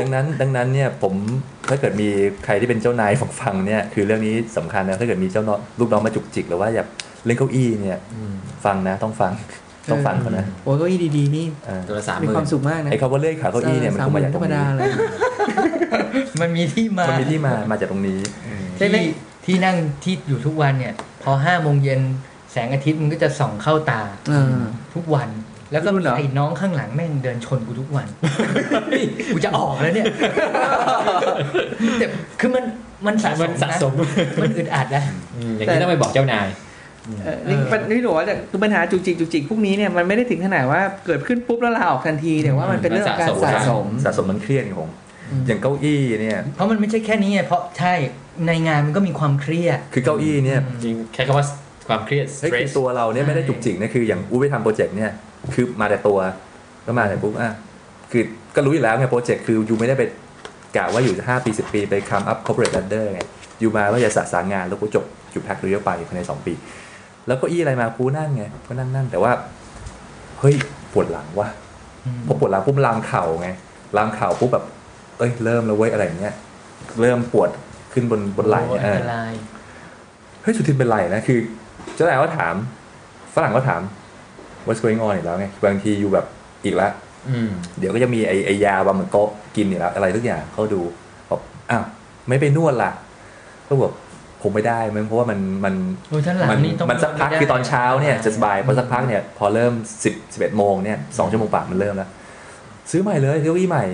ดังนั้นดังนั้นเนี่ยผมถ้าเกิดมีใครที่เป็นเจ้านายฟังฟังๆเนี่ยคือเรื่องนี้สำคัญนะถ้าเกิดมีเจ้าน้องลูกน้องมาจุกจิกหรือว่าอยากเล่นเก้าอี้เนี่ยฟังนะต้องฟังต้องฟังเขานะ โอ้ยเก้าอี้ดีๆ นี่ เออ ตัวละสามห มี มื่ ควาน มสุขมากนะ ไอ้คำว่าเลื่อยขาเก้าอี้เนี่ยมันคงมาจาก ส ตร หนธงรรมดา นี้ เลย มันมีที่มา มันมีที่มามาจากตรงนี้ ที่ที่นั่งที่อยู่ทุกวันเนี่ย พอห้าโมงเย็นแสงอาทิตย์มันก็จะส่องเข้าตา เออ ทุกวันแล้วก็ รุ่นเหรอ ไอ้น้องข้างหลังแม่งเดินชนกูทุกวัน กูจะออกแล้ว เนี่ยแต่คือมันมันสะสม มันสะสม นะมันอึดอัดนะ อืมอย่างนี้ต้องไปบอกเจ้านาย เออนี่ปัญนี่หนูว่าแต่คือปัญหาจุกจิกจุกจิกพวกนี้เนี่ยมันไม่ได้ถึงขนาดว่าเกิดขึ้นปุ๊บแล้วลาออกทันทีแต่ว่ามันเป็นเรื่องของการ สะ สะ ส ส ม ม สะสมมันเครียดไงผมอย่างเก้าอี้เนี่ย เพราะมันไม่ใช่แค่นี้ไงเพราะใช่ในงานมันก็มีความเครียด คือเก้าอี้เนี่ย จริงแค่คำว่าความเครียด เฮ้ยคือ stress ตัวเราเนี่ยไม่ได้จุกจิกนะคืออย่างอู้ไปทำโปรเจกต์เนี่ย คือมาแต่ตัวก็มาแต่ปุ๊บอ่ะคือก็รู้อยู่แล้วไงโปรเจกต์คืออยู่ไม่ได้ไปกะว่าอยู่ห้าปีสิบปีไปคัมอัพคอร์เปอเรท l ลดเดอร์ไงอยู่มาว่าจะสะสางงานแล้วก็จบจุดแพ็คเรียไปภายในสองปี แล้วเก็อี้อะไรมากูนั่งไงก็นั่งนั่งแต่ว่า เฮ้ยปวดหลังว่ะพอปวดหลังปุ๊บลามเข่าไงลามเข่าปุ๊บแบบ เอ้ยเริ่มแล้วเว้ยอะไรอย่างเงี้ยเริ่มปวดขึ้นบนบนไหล่ โอ้ย เอ อัอนตราย เฮ้ยสุทินเป็นไรนะ คือ เจ้านายก็ถาม ฝรั่งก็ถาม what's going on อีกแล้วไง บางทีอยู่แบบอีกแล้ว อืม เดี๋ยวก็จะมีไอ้ไอยาบาเหมือนโกะกินอีกแล้ว อะไรทุกอย่างเขาดูบอกอ้าว ไม่ไปนวดล่ะ ก็บอกผมไม่ได้มั้งเพราะว่ามันมัน โอ้ยท่านหลัง มัน นี่ต้อง มันสักพัก ไม่ได้ คือตอนเช้าเนี่ยจะสบายพอสักพักเนี่ยพอเริ่มสิบสิบเอ็ดโมงเนี่ยสองชั่วโมงปากมันเริ่มแล้ว ซื้อใหม่เลยเก้าอี้ใหม่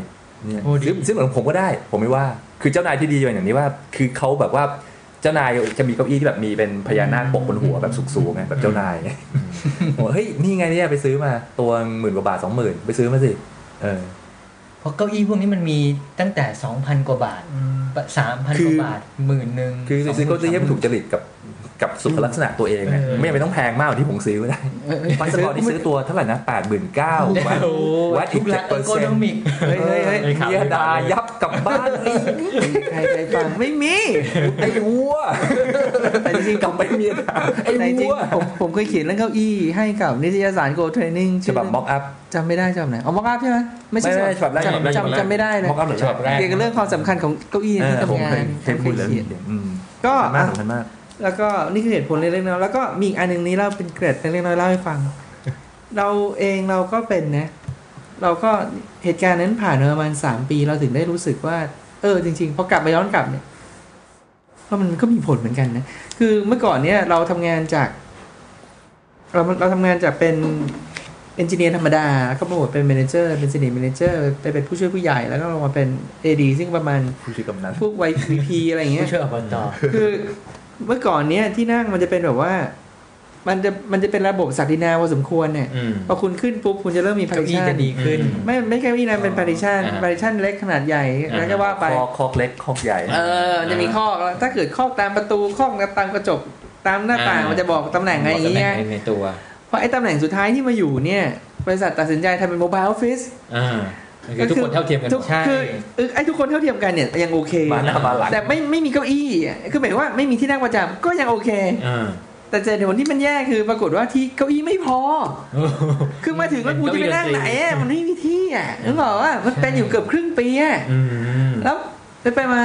เนี่ย โอ้ดี ซื้อซื้อเหมือนผมก็ได้ ผมไม่ว่า คือเจ้านายที่ดีเป็นอย่างนี้ว่า คือเขาแบบว่าเจ้านายจะมีเก้าอี้ที่แบบมีเป็นพญานาคปกบนหัวแบบสูงๆไงแบบเจ้านายผมว่าเฮ้ยนี่ไงเนี่ยไปซื้อมาตัวหมื่นกว่าบาทสองหมื่นไปซื้อมาสิเออ เพราะเก้าอี้พวกนี้มันมีตั้งแต่สองพันกว่าบาทสามพัน คื ก อ ว่าบาทหมื่นหนึ่ง คือซื้อเก้าอี้ให้มันถูก ส จริตกับกับสุขลักษณะตัวเองไงไม่จำเป็นต้องแพงมากกว่าที่ผมซื้อก็ได้ พัสดุที่ซื้อตัวเท่าไหร่นะแปดหมื่นเก้า องพันโอ้ย วัด ทุ อีกเจ็กหลั ด ก เปอเออ ร์ โก เซ็น โน ต์ มิก เฮ้ยเฮ้ยเฮ้ย ไอ้ข่าว เมียดายับกลับบ้านไอ้ ใครใครฟังไม่มี ไอ้วัวแต่จริงๆกลับไปเมียดาไอ้ แต่จริง วัว ๆผมผมเคยเขียนเรื่องเก้าอี้ให้กับนิตยสาร Go Training ฉ ชื่ บับม็อกอัพ จำไม่ได้ฉบับไหนเอาม็อกอัพใช่ไหมไม่ใช่ ไม่ ฉ ใช่ บับ ฉบับแรกฉบับแรก จำจำไม่ได้นะ ม็อกอัพหรือฉบับแรก เกี่ยวกับเรื่องความสำคัญของเก้าอี้ใน เอ ที่ อผม ทำงาน เคยเคยพูดแล้ว ผมคยขีน อืม ก็ สำคัญมากสำคัญมาก แล้วก็นี่คือเหตุผลเล็กๆน้อยๆแล้วก็มีอีกอันหนึ่งนี้เราเป็นเกร็ดเล็กๆน้อยๆเล่าให้ฟัง เราเองเราก็เป็นนะ เราก็เหตุการณ์นั้นผ่านมาประมาณสามปีเราถึงได้รู้สึกว่า เออจริงๆพอกลับไปย้อนกลับเนี่ยว่ามันก็มีผลเหมือนกันนะ คือเมื่อก่อนเนี่ยเราทำงานจาก เราเราทำงานจากเป็นเอนจิเนียร์ธรรมดาแล้วก็มาบวชเป็นเมนเจอร์เป็นเซนิเมนเจอร์ไปเป็นผู้ช่วยผู้ใหญ่แล้วก็ลงมาเป็นเอดีซึ่งประมาณ ผู้ช่วยกำนัน พวกไวพีอะไรอย่างเงี้ย ผู้ช่วยอบต คือเมื่อก่อนเนี้ยที่นั่งมันจะเป็นแบบว่า มันจะมันจะเป็นระบบศักดินาพอสมควรเนี่ย อืม พอคุณขึ้นปุ๊บคุณจะเริ่มมีพา เก้า ริ อี้ ชั จะ น ดีขึ้น ไม่ไม่แค่วินาเป็นพาริชัน อ่า พาริชันเล็กขนาดใหญ่ อ่า แล้วก็ว่าไป คอคอกเล็กคอกใหญ่ เออจะมีข้อกแล้วถ้าเกิดข้อกตามประตูข้อกตามกระจกตามหน้าต่าง อ่ามั มันจะบอกตำแหน่งอะไรอย่าง บกตำแห เงี้ย น่ในตัว เพราะไอ้ตำแหน่งสุดท้ายที่มาอยู่เนี่ยบริษัทตัดสินใจทำเป็นโมบายออฟฟิศ อ่าคือทุกคนเท่าเทียมกันหมด ใช่ คือคือไอ้ทุกคนเท่าเทียมกันเนี่ยยังโอเค มาหน้ามาหลัง แต่ไม่ไม่มีเก้าอี้อ่ะคือหมายว่าไม่มีที่นั่งประจำก็ยังโอเค อ่า แต่เจอเดี๋ยวที่มันแย่คือปรากฏว่าที่เก้าอี้ไม่พ อ คือมาถึงแล้วกูจะไปนั่งไหนอะมันไม่มีที่อ่ะนึกออกว่ามันเป็นอยู่เกือบครึ่งปีอ่ะ อืม แล้วไปไปมา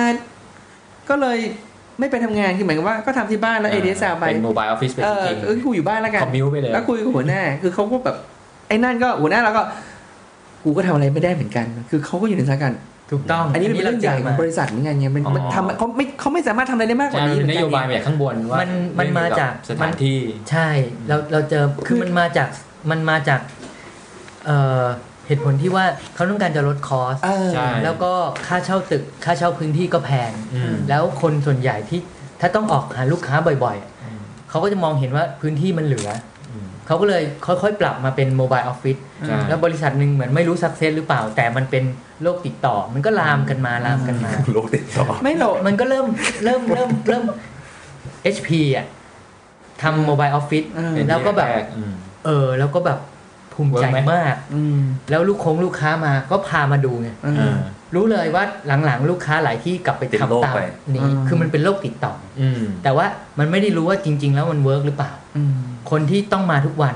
ก็เลยไม่ไปทำงานคือหมายความว่าก็ทำที่บ้านแล้วเอเดสาไป เป็นโมบายออฟฟิศไป เออจริง เออกูอยู่บ้านแล้วกั ๆ น คอมมิวไปเลย แล้วคุยกับหัวหน้า คือเขาก็แบบไอ้นั่นก็หัวหน้าเราก็ กูก็ทำอะไรไม่ได้เหมือนกัน คือเขาก็อยู่ในสถานการณ์ ถูกต้อง อันนี้เป็นเรื่องใหญ่ของบริษัทเหมือนกันไงมันมัน อ๋อ ทำเขาไม่เขาไม่สามารถทำอะไรได้มากกว่า ใช่ นี้ มัน เห เป็ มือนกันนนโยบาย ไง มาจากข้างบนว่า มันมันมาจาก เรื่องเยวบสถานที่ ใช่เราเราเจอคือมันมาจากมันมาจากเอ่อเหตุผลที่ว่าเขาต้องการจะลดคอส เออ ใช่ แล้วก็ค่าเช่าตึกค่าเช่าพื้นที่ก็แพง อืม แล้วคนส่วนใหญ่ที่ถ้าต้องออกหาลูกค้าบ่อย อืม ๆ เขาก็จะมองเห็นว่าพื้นที่มันเหลืออ ม เขาก็เลยค่อยๆ ปรับมาเป็นโมบายออฟฟิศ ใช่ แล้วบริษัทหนึ่งเหมือนไม่รู้สักเซสหรือเปล่า แต่มันเป็นโรคติดต่อ มันก็ลามกันมาลามกันมา โลกติดต่อ ไม่หรอก มันก็เริ่ม เริ่มเริ่มเริ่ม HP อ่ะทำโมบายออฟฟิศ เออ แล้วก็แบบ อืม เออ แล้วก็แบบภูมิใจ เวิร์กไหม มาก อืม แล้วลูกคงลูกค้ามาก็พามาดูไง อืม อ่า รู้เลยว่าหลังๆ ลูกค้าหลายที่กลับไป ติดโรค ทำตาม ไป นี้ อืม คือมันเป็นโรคติดต่อ อืม แต่ว่ามันไม่ได้รู้ว่าจริง ๆ แล้วมันเวิร์กหรือเปล่า อืม คนที่ต้องมาทุกวัน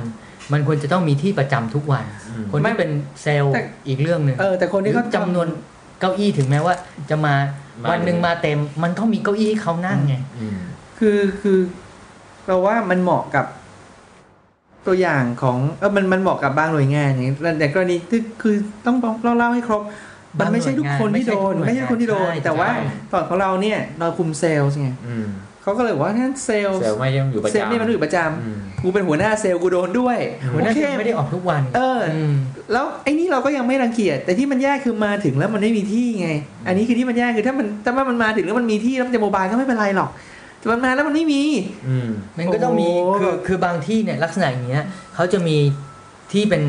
มันควรจะต้องมีที่ประจำทุกวัน อืม คน ไม่ ที่เป็นเซลล์ แต่ อีกเรื่องหนึ่ง เออแต่คนที่เขา จำนวนเก้าอี้ถึงแม้ว่า จะมา มา วันหนึ่ง เลย มาเต็ม มันต้องมีเก้าอี้ให้เขานั่งไง อืม คือคือเราว่ามันเหมาะกับตัวอย่างของเออมันมันเหมาะกับบางหน่วยงานอย่างนี้แต่แต่กรณีที่คือต้องต้องต้องเล่าให้ครบ มันไม่ใช่ทุกคนที่โดน บางหน่วยงาน ไม่ใช่ทุกคนที่โดน ใช่ แต่ว่า ใช่ ตอนของเราเนี่ย เราคุมเซลล์ไง อืม เขาก็เลยบอกว่างั้นเซลล์ เซลล์ไม่ยังอยู่ประจำ เซลล์นี่มันอยู่ประจำ อืม กูเป็นหัวหน้าเซลล์กูโดนด้วย หัวหน้า โอเค เซลล์ไม่ได้ออกทุกวัน เอออ ม แล้วไอ้นี่เราก็ยังไม่รังเกียจแต่ที่มันแย่คือมาถึงแล้วมันไม่มีที่ไง อันนี้คือที่มันแย่คือถ้ามันถ้ามันมาถึงแล้วมันมีที่แล้วมันจะโมบายก็ไม่เป็นไรหรอกแต่มันมาแล้วมันไม่มี อืม มันก็ต้องมี โอ้โห คือคือบางที่เนี่ยลักษณะอย่างเงี้ยเขาจะมีที่เป็น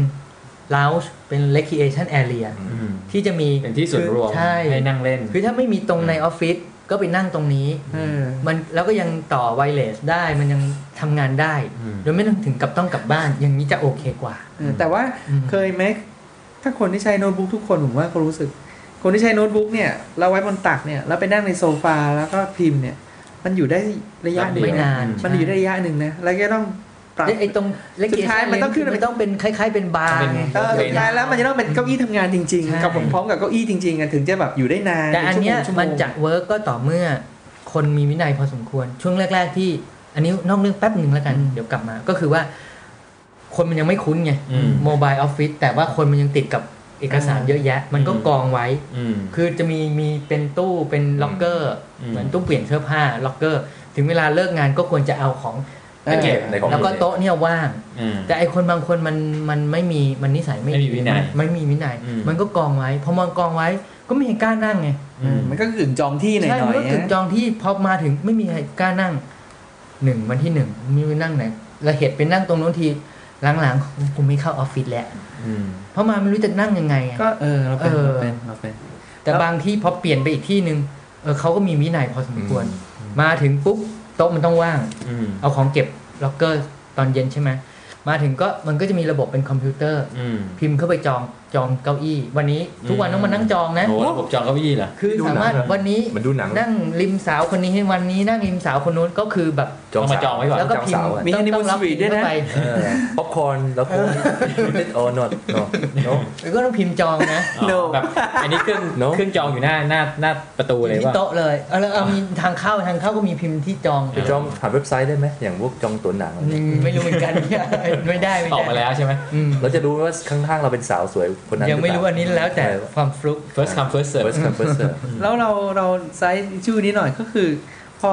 lounge เป็น recreation area อืม ที่จะมี เป็นที่ส่วนรวม ใช่ ให้นั่งเล่น คือถ้าไม่มีตรงในออฟฟิศ ก็ไปนั่งตรงนี้ เออ มันแล้วก็ยังต่อไวเลสได้มันยังทำงานได้ อืม โดยไม่ต้องถึงกับต้องกลับบ้าน อย่างนี้จะโอเคกว่า เออแต่ว่า อืม เคยไหมถ้าคนที่ใช้โน้ตบุ๊กทุกคนผมว่าเขารู้สึก คนที่ใช้โน้ตบุ๊กเนี่ย เราไว้บนตักเนี่ยแล้วไปนั่งในโซฟาแล้วก็พิมพ์เนี่ย มันอยู่ได้ระยะหนึ่ง ไม่ นะ นาน มันอยู่ได้ระยะหนึ่งนะแล้วก็ต้องปรับ ไอ้ไอ้ตรงเล็ก สุดท้ายมันต้องขึ้น มันต้องเป็นคล้าย ๆ เป็นบาร์ไง เออสุดท้ายแล้วมันจะต้องเป็นเก้าอี้ทำงานจริง ใช่ ๆกับผมพร้อมกับเก้าอี้จริงๆอะถึงจะแบบอยู่ได้นาน แต่อันเนี้ย เป็ชั่วโง มันจะเวิร์กก็ต่อเมื่อคนมีวินัยพอสมควร ช่วงแรก ๆ ที่ อันนี้นอกเรื่องแป๊บหนึ่งแล้วกัน เดี๋ยวกลับมา ก็คือว่า คนมันยังไม่คุ้นไง อืม โมบายออฟฟิศแต่ว่าคนมันยังติดกับเอกสารเยอะแยะ มันก็กองไว้ อืม คือจะมีมีเป็นตู้เป็นล็อกเกอร์ อืม เหมือนตู้เปลี่ยนเสื้อผ้าล็อกเกอร์ ถึงเวลาเลิกงานก็ควรจะเอาของ เออ เก็บ ในของ แล้วก็โต๊ะเนี่ยว่าง อืม แต่ไอคนบางคนมันมันไม่มีมันนิสัยไม่ ไม่มีวินัย ไม่มีวินัย อืม มันก็กองไว้พอมันกองไว้ก็ไม่เห็นกล้านั่งไง เออมันก็กึ่งจองที่หน่ ใช่ อยมันก็ถึงจองที่พอมาถึงไม่มีใครกล้านั่งหนึ่งวันที่หนึ่งไมีนั่งไหนและเหตุเป็นนั่งตรงโน้นทีหลังๆกูไม่เข้าออฟฟิศแล้ว อืม เพราะมาไม่รู้จะนั่งยังไงอะ ๆก็เออเราเป็น เออ เราเป็นเราเป็น แต่ แล้ว บางที่พอเปลี่ยนไปอีกที่หนึ่งเออเขาก็มีวินัยพอสมควร มาถึงปุ๊บโต๊ะมันต้องว่าง อืม เอาของเก็บล็อกเกอร์ตอนเย็นใช่ไหมมาถึงก็มันก็จะมีระบบเป็นคอมพิวเตอร์ อืม พิมพ์เข้าไปจองจองเก้าอี้ วันนี้ทุกวันต้องมานั่งจองนะ โอ้ระบบจองเก้าอี้เหรอ คือสามารถวันนี้ มันดูหนัง นั่งริมสาวคนนี้ให้วันนี้นั่งริมสาวคนนู้นก็คือแบบ ต้องมาจองไว้ก่อน แล้วก็พิมพ์ อะ มี honeymoon ต้องรับ suite ด้วยนะ เข้าไป ป๊อปคอร์นแล้ว ก็เลตออนอตเนาะ แล้วก็ต้องพิมพ์จองนะ อ๋อ No แบบอันนี้เครื่อง No เครื่องจองอยู่หน้าหน้าหน้าประตูเลย ที่ ว่า โต๊ะเลยเอาแล้วเอามีทางเข้าทางเข้าก็มีพิมพ์ที่จอง เ ไปจองผ่านเว็บไซต์ได้ไหมอย่างพวกจองตั๋วหนังอะไร อื เงี้ย ม ไม่รู้เหมือนกันเนี่ยไม่ได้ไม่ อ ได้ อกมาแล้วใช่ไหม อืม เราจะรู้ว่าข้างๆเราเป็นสาวสวยคนนั้น ยังไม่รู้อันนี้แล้วแต่ความฟลุก first come first เปิ serve ดเปิดเสิร์ฟ แล้วเราเราไซส์ชื่อนี้หน่อยก็คือ พอ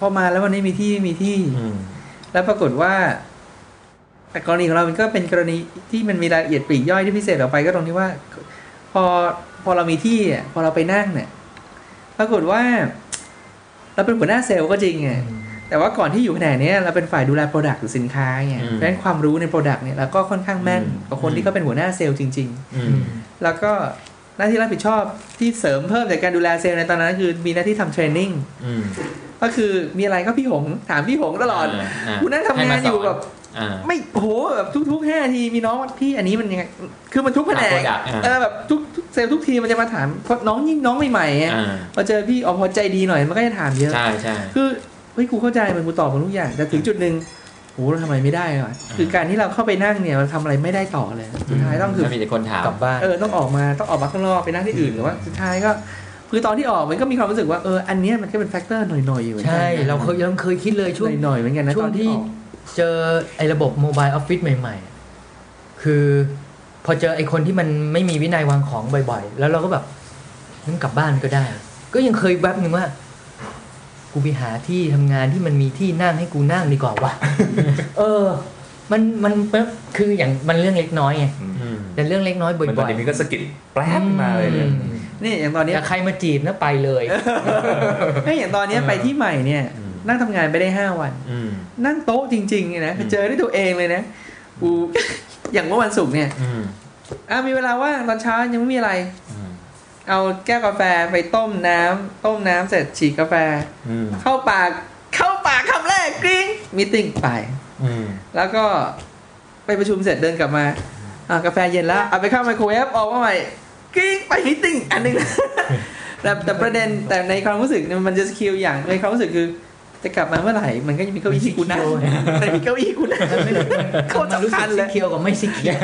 พอมาแล้ววันนี้มีที่มีที่ อืม แล้วปรากฏว่า แต่กรณีของเรา มันก็เป็นกรณีที่มันมีรายละเอียดปลีกย่อยที่พิเศษออกไปก็ตรงที่ว่า พอพอเรามีที่อ่ะพอเราไปนั่งเนี่ย ปรากฏว่า เราเป็นหัวหน้าเซลล์ก็จริงไงแต่ว่าก่อนที่อยู่แผนกเนี้ยเราเป็นฝ่ายดูแลโปรดักต์หรือสินค้าไง อืม เพราะฉะนั้นความรู้ในโปรดักต์เนี่ยเราก็ค่อนข้างแม่น อืม กว่าคนที่เขาเป็นหัวหน้าเซลล์จริง อืม ๆ แล้วก็หน้าที่รับผิดชอบที่เสริมเพิ่มจากการดูแลเซลล์ในตอนนั้น คือมีหน้าที่ทำเทรนนิ่ง อืม ก็คือมีอะไรก็พี่หงถามพี่หงตลอด า คุณนั่งทำงานอยู่แบบ อ่า ไม่โหแบบทุกๆห้าทีมีน้องว่าพี่อันนี้มันยังไงคือมันทุกแผนก ต่างคนต่างอ่า เออแบบทุกทุกเซลล์ทุกทีมันจะมาถามเพราะน้องยิ่งน้องใหม่ๆอ่ะ อ่า พอเจอพี่ออพอใจดีหน่อยมันก็จะถามเยอะ ใช่ใช่ คือเฮ้ยกูเข้าใจมันกูตอบมันทุกอย่างแต่ถึงจุดหนึ่งโหเราทำอะไรไม่ได้ว่ะคือการที่เราเข้าไปนั่งเนี่ยเราทำอะไรไม่ได้ต่อเลยสุดท้ายต้องคือ ไม่มีแต่คนถาม กลับบ้าน เออต้องออกมาต้องออกมาข้างนอกไปนั่งที่อื่นหรือว่าสุดท้ายก็คือตอนที่ออกมันก็มีความรู้สึกว่าเอออันเนี้ยมันก็เป็นแฟกเตอร์หน่อยๆอยู่เหมือนกั ใช่ นะ เราเคยยังเคยคิดเลยช่วง หน่อยๆเหมือนกันนะ ช่ ต ว อง นที่ ที่ ออก เจอไอ้ระบบโมบายออฟฟิศใหม่ๆอะคือพอเจอไอ้คนที่มันไม่มีวินัยวางของบ่อยๆ แล้วเราก็แบบนั่งกลับบ้านก็ได้ ก็ยังเคยแวบหนึ่งว่า กูไปหาที่ทำงานที่มันมีที่นั่งให้กูนั่งดีกว่าว่ะ เออ มันมันมันคืออย่างมันเรื่องเล็กน้อยไง อืม แต่เรื่องเล็กน้อยบ่ มันตอน อย นี้มันก็สะกิดแป๊บมาเลยเนี่ย นี่อย่างตอน ๆ เนี้ย แต่ใครมาจีบนะไปเลย ไม่อย่างตอนเนี้ยไปที่ใหม่เนี่ย อืม นั่งทำงานไปได้ห้าวัน อืม นั่งโต๊ะจริงๆเนี่ยนะ อืม เจอด้วยตัวเองเลยนะกู อย่างเมื่อวันศุกร์เนี่ย อืม อ่ะมีเวลาว่างตอนเช้ายังไม่มีอะไร อืม เอาแก้วกาแฟไปต้มน้ำต้มน้ำเสร็จฉีกกาแฟ อืม เข้าปากเข้าปากคำแรกกริ๊งมีตติ้งไป อืม แล้วก็ไปประชุมเสร็จเดินกลับมาอ่ะกาแฟเย็นแล้วเอาไปเข้าไมโครเวฟออกมาใหม่กริ๊งไปมิทติ้งอันหนึง แต่แต่ประเด็นแต่ในความรู้สึกเนี่ยมันจะสกิลอย่างในความรู้สึกคือจะกลับมาเมื่อไหร่มันก็ยังมีเก้าอี้ที่กูนั่งแต่มีเก้าอี้กูนั่งโคตร มันรู้ สำ สึ คัญกสี เลย เขียวกับไม่สีเขียว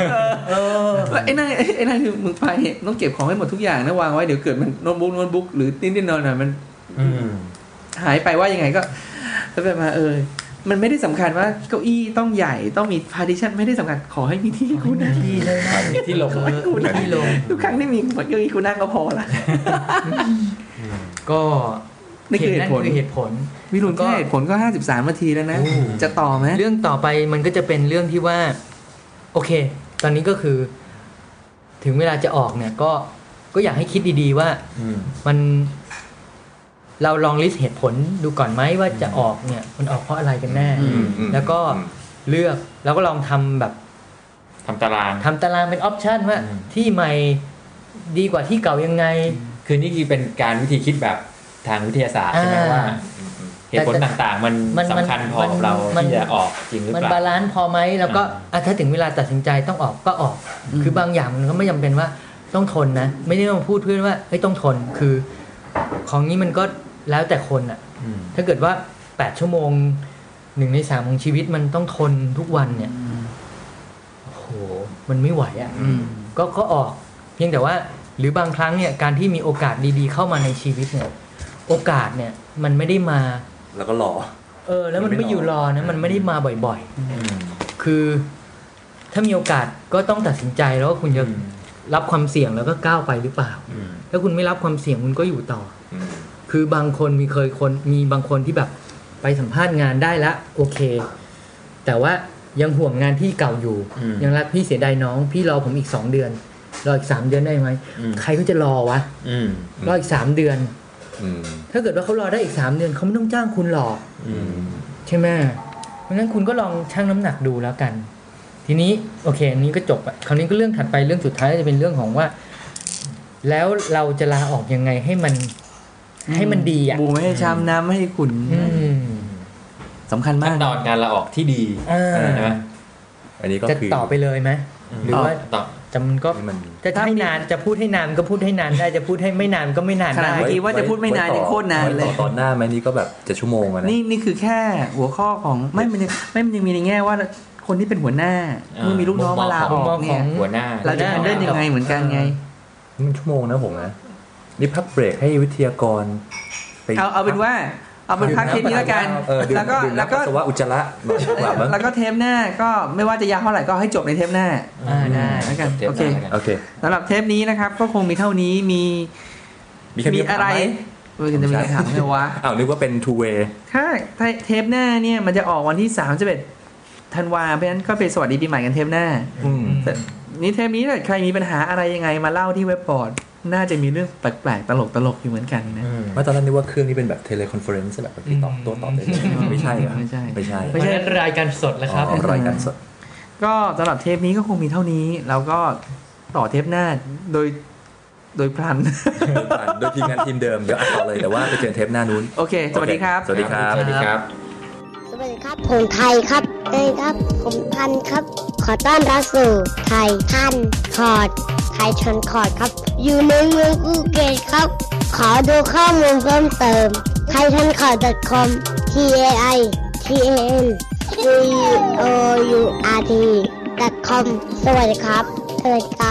เออ แล้วไอ้นั่นไอ้ไอ้นั่นคือมึงไปเนี่ยต้องเก็บของให้หมดทุกอย่างนะวางไว้เดี๋ยวเกิดมันโน้ตบุ๊กโน้ตบุ๊กหรือนิดๆหน่อยๆมัน อืม หายไปว่ายังไงก็แล้วแบบมาเออ มันไม่ได้สำคัญว่าเก้าอี้ต้องใหญ่ต้องมีพาร์ติชันไม่ได้สำคัญขอให้มีที่ให้กูนั่ง ที่เลยนะ ที่ลง เออที่ลง ทุกครั้งที่มีหมดเก้าอี้กูนั่งก็พอละ ก็ นี่คือเหตุผล นั่นคือเหตุผล วิรุณก็เหตุผลก็ห้าสิบสามนาทีแล้วนะ โอ้ จะต่อไหม เรื่องต่อไปมันก็จะเป็นเรื่องที่ว่า โอเค ตอนนี้ก็คือ ถึงเวลาจะออกเนี่ยก็ก็อยากให้คิดดีๆว่า อืม มัน เราลองลิสต์เหตุผลดูก่อนไหมว่าจะออกเนี่ย มันออกเพราะอะไรกันแน่ อืม อืม แล้วก็เลือกแล้วก็ลองทำแบบ ทำตาราง ทำตารางเป็นออปชันว่า อืม ที่ใหม่ดีกว่าที่เก่ายังไง คือนี่คือเป็นการวิธีคิดแบบ ทางวิทยาศาสตร์ใช่ไหม อ่า ว่าเหตุผล แต่แต่ ต่างๆ มัน มัน สำคัญพอกับเรา มัน ที่จะออกจริงหรือ มัน เป บา ล่า ลานซ์พอไหมแล้วก็อ่ะถ้าถึงเวลาตัดสินใจต้องออกก็ออก คือบางอย่างมันก็ไม่จำเป็นว่าต้องทนนะ ไม่ได้มาพูดเพื่อนว่าเฮ้ยต้องทนคือ ของนี้มันก็แล้วแต่คนอะ อืม ถ้าเกิดว่าแปดชั่วโมงหนึ่งในสามของชีวิตมันต้องทนทุกวันเนี่ยโอ้โหมันไม่ไหวอะ อืม ก็ก็ออก เพียงแต่ว่า หรือบางครั้งเนี่ยการที่มีโอกาสดีๆ เข้ามาในชีวิตเนี่ย โอกาสเนี่ยมันไม่ได้มา แล้วก็รอ เออ แล้วมัน มันไม่ ไม่อยู่รอนะ รอ มันไม่ได้มาบ่อย ๆ อืม คือถ้ามีโอกาสก็ต้องตัดสินใจแล้วว่าคุณจะรับความเสี่ยงแล้วก็ก้าวไปหรือเปล่า อืม ถ้าคุณไม่รับความเสี่ยงคุณก็อยู่ต่อ อืม คือบางคนมีเคยคนมีบางคนที่แบบไปสัมภาษณ์งานได้ละโอเค แต่ว่ายังห่วงงานที่เก่าอยู่ อืม ยังรักพี่เสียดายน้อง พี่รอผมอีกสองเดือน รออีกสามเดือนได้ไหม อืม ใครเขาจะรอวะ อืม รออีกสามเดือน อืม ถ้าเกิดว่าเขารอได้อีกสามเดือนเขาไม่ต้องจ้างคุณหรอก อืม ใช่ไหมเพราะฉะนั้นคุณก็ลองชั่งน้ำหนักดูแล้วกัน ทีนี้โอเค อันนี้ก็จบอะคราวนี้ก็เรื่องถัดไปเรื่องสุดท้ายจะเป็นเรื่องของว่า แล้วเราจะลาออกยังไงให้มัน ให้มันดีอ่ะ บูไม่ให้ช้ำน้ำไม่ให้ขุ่น อืม สำคัญมา ขั้ ก นตอนการลาออกที่ดี เออ ใช่ไหม อันนี้ก็ จะ คือ ต่อไปเลยไหมหรือว่า ต่อ จะมันก็ ให้มัน จะให้นานจะพูดให้นานก็พูดให้นานได้จะพูดให้ไม่นานก็ไม่นานได้ ขนาด เมื่อกี้ว่าจะพูดไม่นาน ว้ต่อ นี่โคตรนานเลย ไว้ต่อตอนหน้าไหมนี่ก็แบบจะชั่วโมงอะนะ นี่นี่คือแค่หัวข้อของไม่มันยังไม่มันยังมีในแง่ว่าคนที่เป็นหัวหน้า เออ เมื่อมีลูกน้องมาลาออกเนี่ย มุมมองของ หัวหน้า เราจะแฮนเดิลยังไงเหมือนกันไง นี่มันชั่วโมงนะผมนะนี่พักเบรกให้วิทยากรไป เอาเอาเป็นว่าเอาเป็นพักเทปนี้แล้วกัน เออดื่ม แล้วก็ ดื่ม แล้ว น้ำ ก็ ปัสสาวะอุจจาระหน่อยดีกว่าบ้าง แล้วก็เทปหน้าก็ไม่ว่าจะยาวเท่าไหร่ก็ให้จบในเทปหน้า อ่าได้ แล้วกัน จบเทปหน้า โอเคโอเคแล้วกันสำหรับเทปนี้นะครับ ก็คงมีเท่านี้มี มีใครมี มีอะไร คำถามไหม เออจะมีคำถามไหมวะ อ้าวนึกว่าเป็น two way ถ้าเทปหน้าเนี่ยมันจะออกวันที่31ธันวาเพราะฉะนั้นก็ไปสวัสดีปีใหม่กันเทปหน้า อืม แต่นี่เทปนี้ถ้าใครมีปัญหาอะไรยังไงมาเล่าที่เว็บบอร์ด น่าจะมีเรื่องแปลกๆ ตลกๆ อยู่เหมือนกันนะ อืม เมื่อตอนแรกนึกว่าเครื่องนี้เป็นแบบเทเลคอนเฟอเรนซ์แบบที่ตอบตัวตอบได้เลยไม่ใช่เหรอ ไม่ใช่ ไม่ใช่ เพราะฉะนั้นรายการสดแล้วครับ อ๋อรายการสด ก็สำหรับเทปนี้ก็คงมีเท่านี้ แล้วก็ต่อเทปหน้าโดยโดยพลัน โดยทีมงานทีมเดิมเดี๋ยวอัดต่อเลยแต่ว่าไปเจอเทปหน้านู้น โอเค สวัสดีครับ สวัสดีครับ สวัสดีครับ สวัสดีครับ ผมไทยครับเอ้ยครับ ผมทันครับ ขอต้อนรับสู่ไทยทันคอร์ดไทยทันคอร์ดครับ อยู่ในเมืองภูเก็ตครับ ขอดูข้อมูลเพิ่มเติมไทยทันคอร์ด .com t a i t a n c o u r t .com สวัสดีครับ สวัสดีครับ